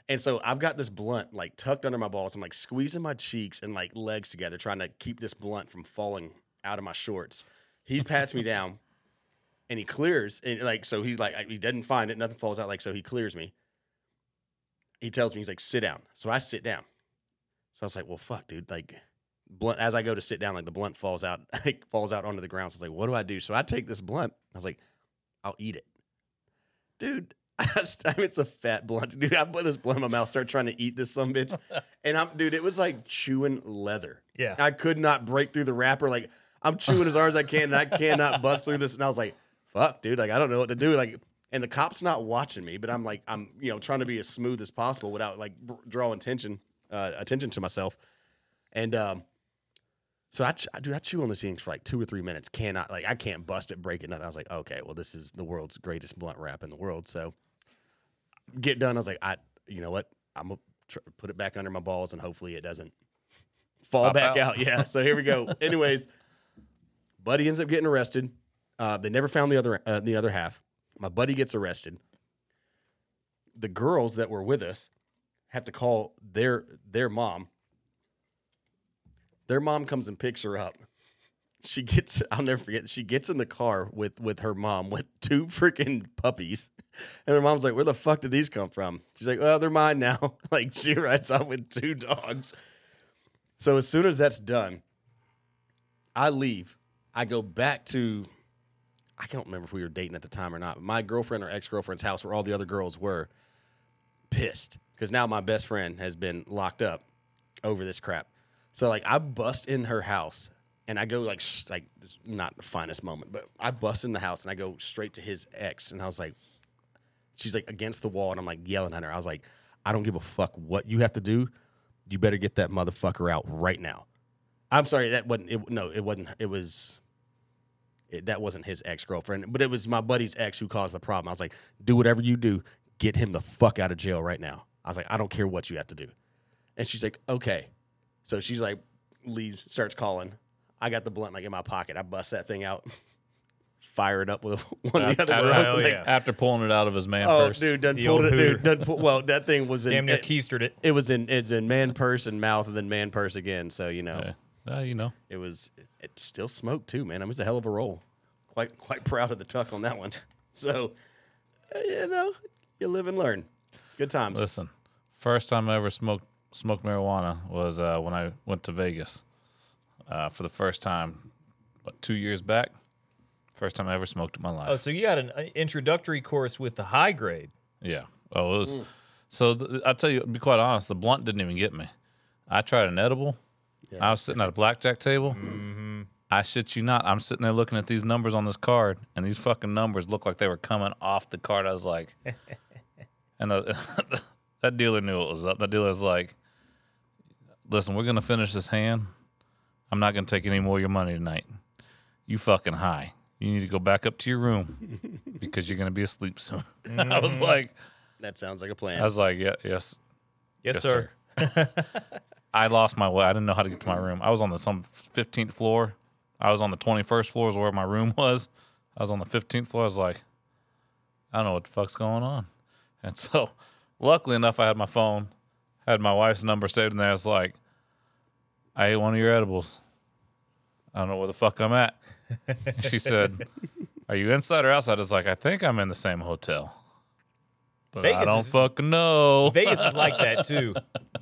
A: And so I've got this blunt like tucked under my balls. I'm like squeezing my cheeks and like legs together, trying to keep this blunt from falling out of my shorts. He pats me down and he clears. And like, so he's like, he doesn't find it, nothing falls out. Like, so he clears me. He tells me, he's like, sit down. So I sit down. So I was like, well, fuck, dude. Like, blunt as I go to sit down, like the blunt falls out, like falls out onto the ground. So it's like, what do I do? So I take this blunt. I was like, I'll eat it, dude. I st- I mean, it's a fat blunt, dude. I put this blunt in my mouth, start trying to eat this some bitch, and I'm, dude, it was like chewing leather.
B: Yeah.
A: I could not break through the wrapper. Like I'm chewing as hard as I can, and I cannot bust through this. And I was like, fuck, dude. Like I don't know what to do. Like. And the cop's not watching me, but I'm like, I'm, you know, trying to be as smooth as possible without like br- drawing tension, uh, attention to myself. And um, so I, ch- I do I chew on these things for like two or three minutes. Cannot like I can't bust it, break it, nothing. I was like, okay, well this is the world's greatest blunt wrap in the world. So get done. I was like, I you know what? I'm gonna tr- put it back under my balls and hopefully it doesn't fall
C: Pop
A: back out.
C: out.
A: Yeah. So here we go. Anyways, buddy ends up getting arrested. Uh, they never found the other uh, the other half. My buddy gets arrested. The girls that were with us have to call their their mom their mom comes and picks her up. She gets I'll never forget. She gets in the car with with her mom with two freaking puppies. And their mom's like, "Where the fuck did these come from?" She's like, "Oh, they're mine now." like she rides off with two dogs. So as soon as that's done, I leave. I go back to I don't remember if we were dating at the time or not. But my girlfriend or ex-girlfriend's house where all the other girls were pissed cuz now my best friend has been locked up over this crap. So like I bust in her house and I go like sh- like it's not the finest moment, but I bust in the house and I go straight to his ex and I was like, she's like against the wall and I'm like yelling at her. I was like, I don't give a fuck what you have to do. You better get that motherfucker out right now. I'm sorry that wasn't it. No, it wasn't. It was. It, that wasn't his ex girlfriend, but it was my buddy's ex who caused the problem. I was like, do whatever you do, get him the fuck out of jail right now. I was like, I don't care what you have to do. And she's like, okay. So she's like, leaves, starts calling. I got the blunt like in my pocket. I bust that thing out, fire it up with one of the
C: After,
A: other girls.
B: hell
A: It's like,
B: yeah.
C: after pulling it out of his man
A: Oh,
C: purse.
A: dude, done
B: The
A: pulled it,
B: old
A: dude.
B: hooter.
A: Done pull, well, that thing was in.
B: Damn near
A: it,
B: keistered it.
A: it was in. It's in man purse and mouth, and then man purse again. So you know,
C: Yeah. Uh, you know.
A: it was. It still smoked too, man. I mean, it was a hell of a roll. Quite, quite proud of the tuck on that one. So, uh, you know, you live and learn. Good times.
C: Listen, first time I ever smoked smoked marijuana was uh, when I went to Vegas uh, for the first time, what, two years back. First time I ever smoked in my life.
B: Oh, so you had an uh, introductory course with the high grade.
C: yeah. Oh, it was. So th- I tell you, to be quite honest, the blunt didn't even get me. I tried an edible. I was sitting at a blackjack table. I shit you not. I'm sitting there looking at these numbers on this card, and these fucking numbers look like they were coming off the card. I was like, and the, that dealer knew it was up. That dealer was like, listen, we're gonna finish this hand. I'm not gonna take any more of your money tonight. You fucking high. You need to go back up to your room because you're gonna be asleep soon. I was like,
A: That sounds like a
C: I
A: plan.
C: was like, yeah, yes,
B: Yes, sir.
C: I lost my way. I didn't know how to get to my room. I was on the some fifteenth floor. I was on the twenty first floor is where my room was. I was on the fifteenth floor. I was like, I don't know what the fuck's going on. And so, luckily enough, I had my phone, had my wife's number saved in there. It's like, I ate one of your edibles. I don't know where the fuck I'm at. And she said, Are you inside or outside? I was like, I think I'm in the same hotel. But I
B: Vegas
C: don't
B: is-
C: fucking know.
B: Vegas is like that too.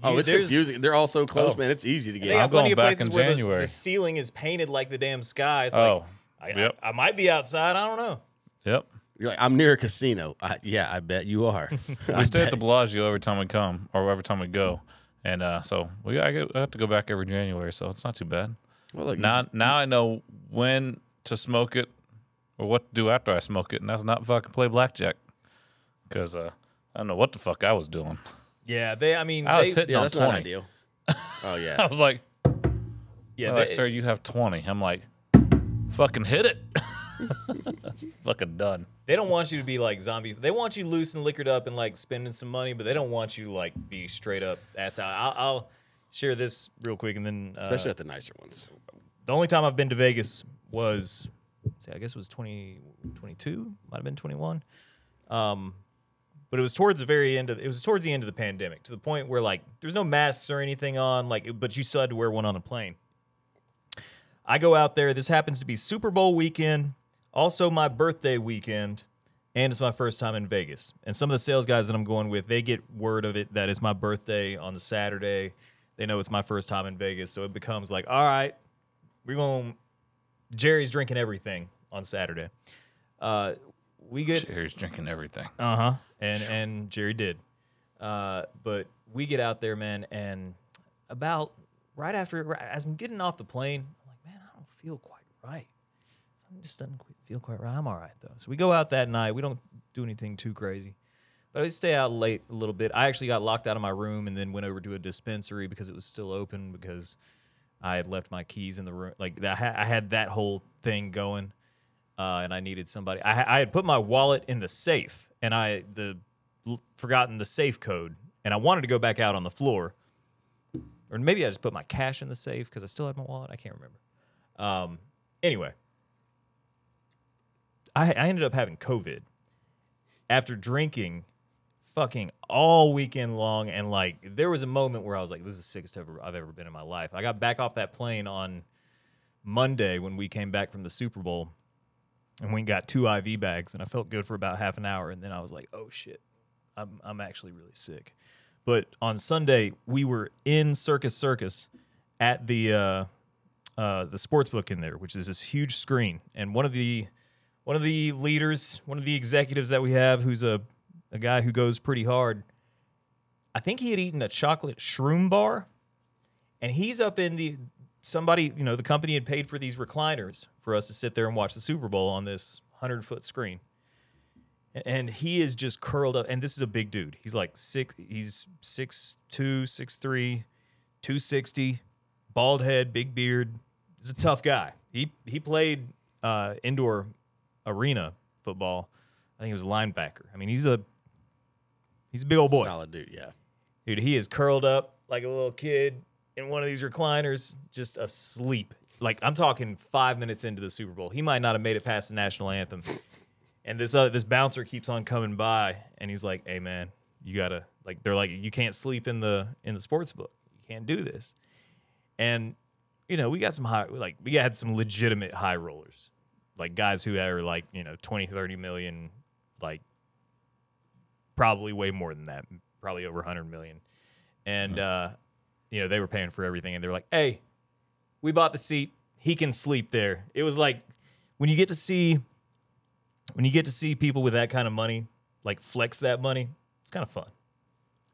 A: oh,
B: You-
A: it's
B: there's-
A: confusing. They're all so close,
C: Oh.
A: man. It's easy to
B: They
A: get.
B: got
C: I'm
B: plenty
C: going
B: of
C: back
B: places
C: in
B: where the- The,
C: January.
B: ceiling is painted like the damn sky. It's
C: oh,
B: like I,
C: yep.
B: I, I might be outside. I don't know.
C: yep.
A: You're like, I'm near a casino. I, yeah, I bet you are.
C: we stay at the Bellagio every time we come or every time we go, and uh, so we I, go- I have to go back every January, so it's not too bad.
A: well, look, you
C: Now now I know when to smoke it, or what to do after I smoke it, and that's not fucking play blackjack. Because uh, I don't know what the fuck I was doing.
B: Yeah, they. I mean,
C: I was
B: they,
C: hitting
A: Yeah,
C: on
A: that's
C: 20.
A: not ideal. Oh
C: I
A: yeah,
C: was like,
B: yeah,
C: "All
B: they,
C: right, sir, you have 20. I'm like, fucking hit it. fucking done.
B: they don't want you to be like zombie. They want you loose and liquored up and like spending some money, but they don't want you to like be straight up assed out. I'll, I'll share this real quick, and then uh,
A: especially at the nicer ones.
B: the only time I've been to Vegas was, see, I guess it was 20, 22, might have been 21. Um, but it was towards the very end of it was towards the end of the pandemic to the point where like there's no masks or anything on like but you still had to wear one on the plane. I go out there. This happens to be Super Bowl weekend, also my birthday weekend, and it's my first time in Vegas. And some of the sales guys that I'm going with, they get word of it that it's my birthday on the Saturday. They know it's my first time in Vegas, so it becomes like, all right, we're going. Jerry's drinking everything on Saturday. Uh, we get
C: Jerry's drinking everything.
B: uh huh. And and Jerry did. Uh, but we get out there, man, and about right after, right as I'm getting off the plane, I'm like, man, I don't feel quite right. Something just doesn't qu- feel quite right. I'm all right though. So we go out that night. We don't do anything too crazy, but I stay out late a little bit. I actually got locked out of my room and then went over to a dispensary because it was still open because I had left my keys in the room. Like I ha- I had that whole thing going uh, and I needed somebody. I, ha- I had put my wallet in the safe, and I the l- forgotten the safe code, and I wanted to go back out on the floor, or maybe I just put my cash in the safe because I still had my wallet. I can't remember. Um, anyway, I, I ended up having COVID after drinking fucking all weekend long, and like there was a moment where I was like, "This is the sickest ever I've ever been in my life." I got back off that plane on Monday when we came back from the Super Bowl and we got two IV bags, and I felt good for about half an hour, and then I was like, "Oh shit, I'm I'm actually really sick." But on Sunday, we were in Circus Circus at the uh, uh, the sports book in there, which is this huge screen, and one of the one of the leaders, one of the executives that we have, who's a a guy who goes pretty hard. I think he had eaten a chocolate shroom bar and he's up in the somebody you know the company had paid for these recliners for us to sit there and watch the super bowl on this 100 foot screen A- and he is just curled up and this is a big dude he's like six he's six two six three 260 bald head big beard he's a tough guy he he played uh indoor arena football i think he was a linebacker i mean he's a he's a big old boy
A: Solid dude. Yeah,
B: Dude, he is curled up like a little kid in one of these recliners, just asleep. Like I'm talking five minutes into the Super Bowl, he might not have made it past the national anthem. And this uh, this bouncer keeps on coming by, and he's like, "Hey man, you gotta like." They're like, "You can't sleep in the in the sports book. You can't do this." And you know, we got some high like we had some legitimate high rollers, like guys who are like you know 20, 30 million, like probably way more than that, probably over 100 million. And, uh, you know, they were paying for everything. And they were like, hey, we bought the seat. He can sleep there. It was like when you get to see when you get to see people with that kind of money, like flex that money, it's kind of fun.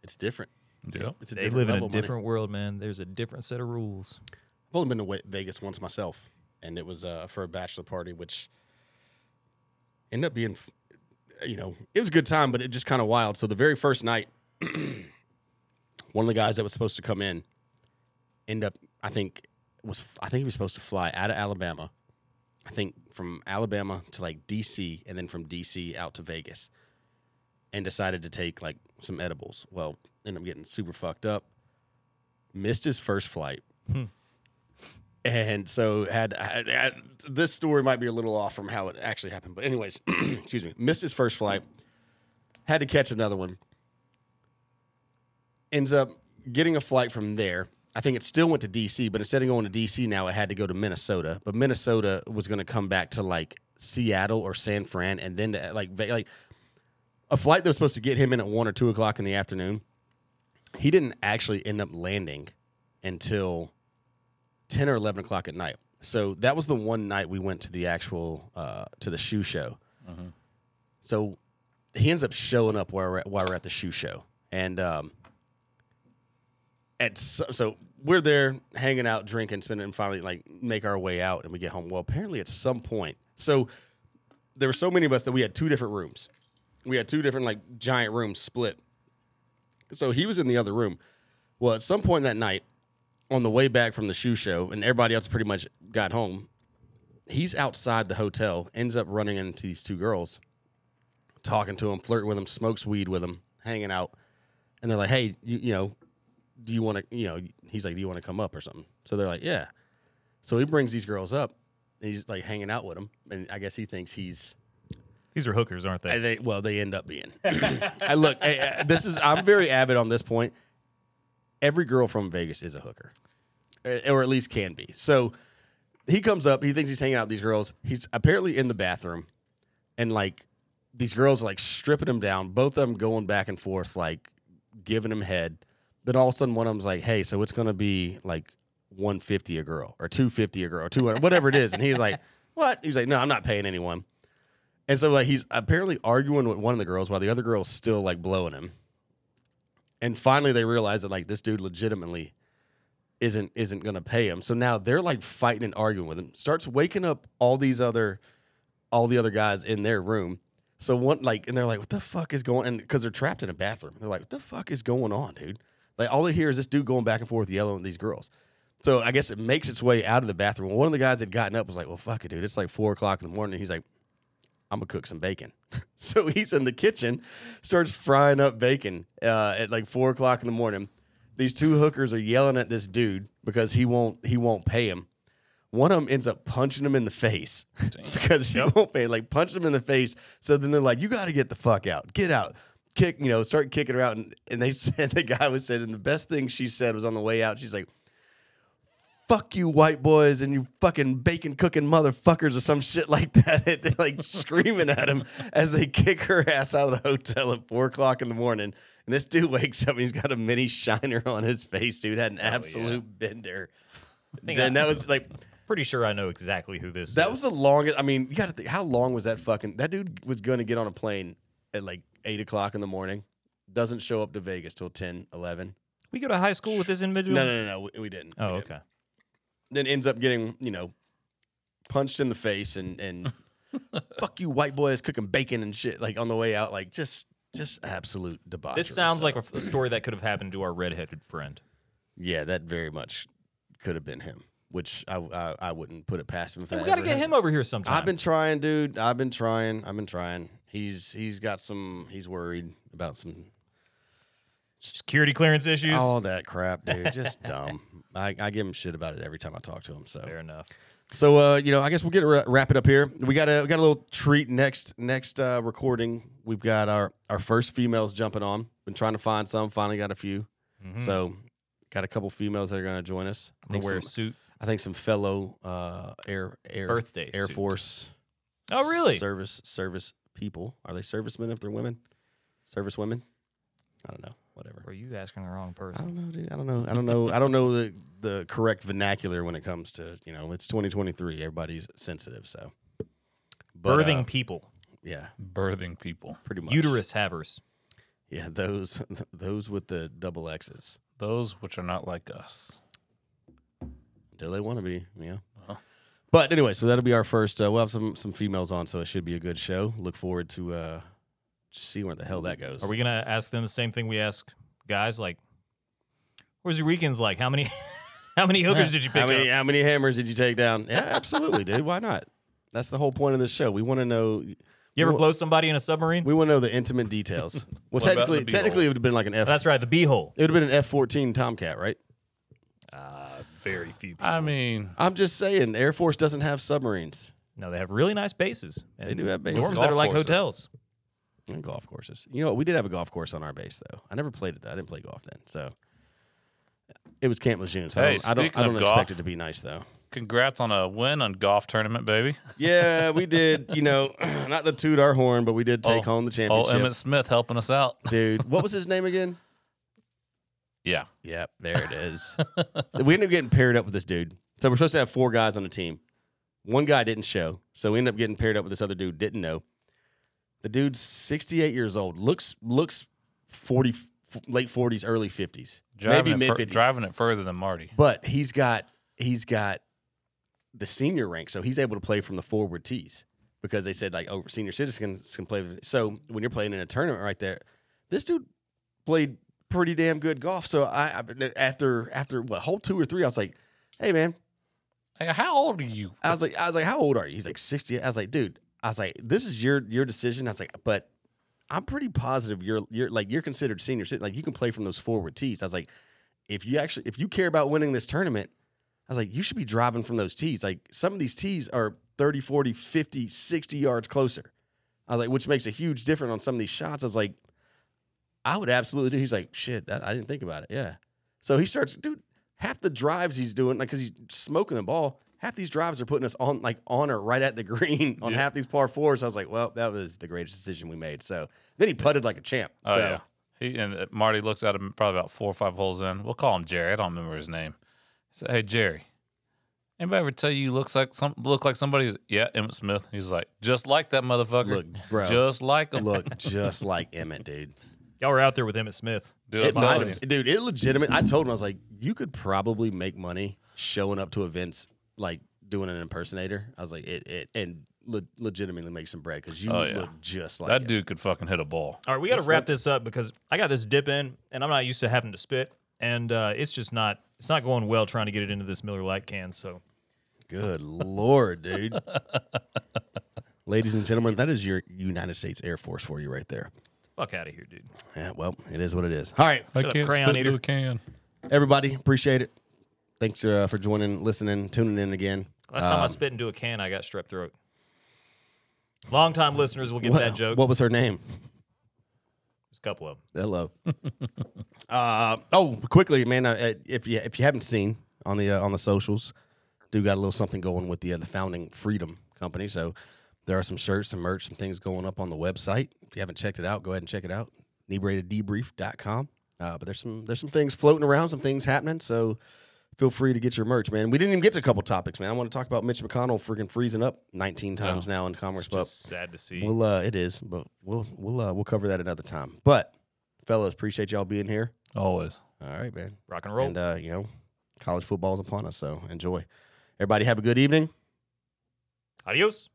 A: it's different.
C: Yep.
A: It's a
B: They
A: different
B: live in
A: level
B: a
A: of money.
B: different world, man. There's a different set of rules.
A: I've only been to Wa- Vegas once myself, and it was uh, for a bachelor party, which ended up being, f- you know, it was a good time, but it just kind of wild. So the very first night, one of the guys that was supposed to come in, end up, I think was I think he was supposed to fly out of Alabama, I think from Alabama to like D.C. and then from D.C. out to Vegas, and decided to take like some edibles. Well, ended up getting super fucked up, missed his first flight. And so had, had, had- this story might be a little off from how it actually happened, but anyways, excuse me, missed his first flight, had to catch another one. Ends up getting a flight from there. I think it still went to DC, but instead of going to DC now, it had to go to Minnesota. But Minnesota was going to come back to like Seattle or San Fran, and then to, like Ve- like a flight that was supposed to get him in at one or two o'clock in the afternoon. He didn't actually end up landing until 10 or 11 o'clock at night. So that was the one night we went to the actual, uh, to the shoe show. So he ends up showing up while we're at, while we're at the shoe show. And, um, at so, so we're there hanging out, drinking, spending, and finally like make our way out and we get home. Well, apparently at some point, so there were so many of us that we had two different rooms. We had two different like giant rooms split. So he was in the other room. Well, at some point that night, on the way back from the shoe show, and everybody else pretty much got home, he's outside the hotel, ends up running into these two girls, talking to them, flirting with them, smokes weed with them, hanging out. And they're like, hey, you, you know, do you want to, you know, he's like, do you want to come up or something? So they're like, yeah. So he brings these girls up and he's like hanging out with them. And I guess he thinks he's,
B: These are hookers, aren't they?
A: and they, well, they end up being. I look, hey, uh, this is, I'm very avid on this point. Every girl from Vegas is a hooker, Uh, or at least can be. So he comes up, he thinks he's hanging out with these girls. He's apparently in the bathroom, and like these girls are like stripping him down, both of them going back and forth, like giving him head. Then all of a sudden, one of them's like, hey, so it's going to be like 150 a girl, or 250 a girl, or 200, whatever it is. And he's like, what? He's like, no, I'm not paying anyone. And so like he's apparently arguing with one of the girls while the other girl's still like blowing him. And finally they realize that like this dude legitimately isn't isn't gonna pay him. So now they're like fighting and arguing with him. Starts waking up all these other all the other guys in their room. So one like and they're like, what the fuck is going and because they're trapped in a bathroom. They're like, what the fuck is going on, dude? Like all they hear is this dude going back and forth yelling at these girls. So I guess it makes its way out of the bathroom. One of the guys that gotten up was like, Well fuck it, dude. It's like four o'clock in the morning. He's like, I'm gonna cook some bacon. so he's in the kitchen, starts frying up bacon uh, at like four o'clock in the morning. These two hookers are yelling at this dude because he won't he won't pay him. One of them ends up punching him in the face because he won't pay. Like punch him in the face. So then they're like, "You got to get the fuck out. Get out. Kick. You know, start kicking her out." And, and they said the guy was said, and the best thing she said was on the way out. She's like, fuck you white boys and you fucking bacon cooking motherfuckers or some shit like that. And they're like screaming at him as they kick her ass out of the hotel at four o'clock in the morning. And this dude wakes up and he's got a mini shiner on his face, dude. Had an absolute bender.
E: think
A: Then
E: I-
A: that was like
E: Pretty sure I know exactly who this
A: that
E: is.
A: was the longest. I mean, you got to think how long was that fucking? That dude was going to get on a plane at like eight o'clock in the morning. Doesn't show up to Vegas till 10, 11.
B: we go to high school with this individual.
A: No, no, no, no. We, we didn't.
B: Oh,
A: We didn't.
B: okay.
A: Then ends up getting you know punched in the face and and fuck you white boys cooking bacon and shit like on the way out like just just absolute debauchery.
E: This sounds
A: So,
E: like a, f- a story that could have happened to our redheaded friend.
A: yeah, that very much could have been him, which I I, I wouldn't put it past him. If
E: We
A: I
E: got to
A: ever
E: get
A: had-
E: him over here sometime.
A: I've been trying, dude. I've been trying. I've been trying. He's he's got some. He's worried about some
B: Security clearance issues.
A: all that crap, dude. Just dumb. I, I give him shit about it every time I talk to him. So
E: Fair enough.
A: so uh, you know, I guess we'll get to wra- wrap it up here. We got a we got a little treat next next uh, recording. We've got our our first females jumping on. Been trying to find some. Finally got a few. So got a couple females that are going to join us. Mm-hmm. I
E: I'm
A: think
E: gonna wear a
A: some,
E: suit.
A: I think some fellow uh, air air
E: Birthday
A: air
E: suit.
A: force.
B: Oh, really?
A: Service service people. Are they servicemen if they're women? Service women? I don't know. Whatever.
B: Were you asking the wrong
A: I
B: person?
A: don't know, dude. I don't know. I don't know. I don't know the, the correct vernacular when it comes to, you know, it's 2023. Everybody's sensitive, so. But,
B: Birthing
A: uh,
B: people,
A: yeah,
C: Birthing people.
A: pretty much.
B: uterus havers.
A: Yeah, those those with the double X's.
C: Those which are not like us.
A: Until they want to be, you know.
C: Wow.
A: But anyway, so that'll be our first. Uh, we'll have some some females on, so it should be a good show. Look forward to uh, see where the hell that goes.
B: Are we gonna ask them the same thing we ask guys? Like, where's your weekends like? How many, how many hookers did you pick
A: how many,
B: up?
A: How many hammers did you take down? Yeah, absolutely, dude. Why not? That's the whole point of this show. We want to know.
B: You ever
A: we-
B: blow somebody in a submarine?
A: We want to know the intimate details. Well,
C: What about
A: technically,
C: the B-roll?
A: technically, it would have been like an F.
B: Oh, That's right, the beehole.
A: It would have been an F fourteen Tomcat, right?
E: Very few
B: Uh,
E: people.
C: I mean,
A: I'm just saying, Air Force doesn't have submarines
B: No, they have really nice bases. And
A: do have bases.
B: Dorms
C: Golf
B: that are like
C: courses.
B: hotels.
A: and golf courses. You know, what? we did have a golf course on our base though. I never played it. though. I didn't play golf then, so it was Camp Lejeune. So
C: Hey,
A: I don't, I don't,
C: speaking
A: I
C: of
A: don't
C: golf-
A: expect it to be nice though.
C: congrats on a win on golf tournament, baby.
A: Yeah, we did. You know, not to toot our horn, but we did take
C: Oh,
A: home the
C: Oh,
A: championship,
C: Emmett Smith helping us out.
A: dude. What was his name again?
C: Yeah.
A: Yep, there it is. so we ended up getting paired up with this dude. So we're supposed to have four guys on the team. One guy didn't show, so we ended up getting paired up with this other dude. Didn't know. The dude's 68 years old. looks looks 40, f- late 40s, early 50s,
C: Driving
A: maybe
C: it
A: mid
C: fur-
A: 50s.
C: driving it further than Marty.
A: But he's got he's got the senior rank, so he's able to play from the forward tees. because they said like, oh, senior citizens can play. So when you're playing in a tournament right there, this dude played pretty damn good golf. So I, I after after what hole two or three, I was like, hey man,
C: Hey, how old are you?
A: I was like, I was like, how old are you? He's like sixty. I was like, dude, I was like, this is your your decision. I was like, but I'm pretty positive you're you're like you're considered senior citizen. Like you can play from those forward tees. I was like, if you actually if you care about winning this tournament, I was like, you should be driving from those tees. Like some of these tees are 30, 40, 50, 60 yards closer. I was like, which makes a huge difference on some of these shots. I was like, I would absolutely do. He's like, shit, I, I didn't think about it. Yeah. So he starts, dude, half the drives he's doing, like, cause he's smoking the ball. Half these drives are putting us on, like, on or right at the green on half these par fours. I was like, well, that was the greatest decision we made. So then he putted like a champ.
C: Oh
A: so,
C: yeah. He and uh, Marty looks at him probably about four or five holes in. We'll call him Jerry. I don't remember his name. He said, "Hey Jerry, anybody ever tell you you looks like some look like somebody?" He's, Yeah, Emmett Smith. He's like, just like that motherfucker.
A: Look, bro.
C: just like him.
A: Look, just like Emmett, dude.
B: Y'all were out there with Emmett Smith.
C: Dude, I'm
A: It might
C: telling you.
A: have, dude. It legitimate. I told him I was like, you could probably make money showing up to events like doing an impersonator. I was like, it, it and le- legitimately make some bread because you
C: Oh, yeah.
A: look just like
C: that
A: him.
C: dude could fucking hit a ball.
B: All right, we got to wrap this up because I got this dip in, and I'm not used to having to spit, and uh, it's just not it's not going well trying to get it into this Miller Lite can. So
A: Good lord, dude. Ladies and gentlemen, that is your United States Air Force for you right there.
B: fuck out of here, dude.
A: Yeah, well, it is what it is. All right,
C: I
B: Shut up, can't crayon spit eater. through a
C: can.
A: everybody, appreciate it. Thanks uh, for joining, listening, tuning in again.
B: Last
A: Um,
B: time I spit into a can, I got strep throat. Long time listeners will get
A: What-
B: that joke.
A: What was her name?
B: There's a couple of them.
A: Hello. uh, oh, quickly, man. Uh, if you if you haven't seen on the uh, on the socials, do got a little something going with the uh, the founding Freedom Company. So there are some shirts, some merch, some things going up on the website. If you haven't checked it out, go ahead and check it out. Nebrateddebrief.com. Uh, but there's some there's some things floating around, some things happening. So feel free to get your merch, man. We didn't even get to a couple topics, man. I want to talk about Mitch McConnell freaking freezing up 19 times now in Commerce
B: Oh, It's
A: Club.
B: just sad to see.
A: We'll uh, it is, but we'll we'll uh, we'll cover that another time. But fellas, appreciate y'all being here.
C: Always.
A: All right, man.
B: Rock and roll.
A: And uh, you know, college football's upon us, so enjoy. Everybody have a good evening.
B: Adios.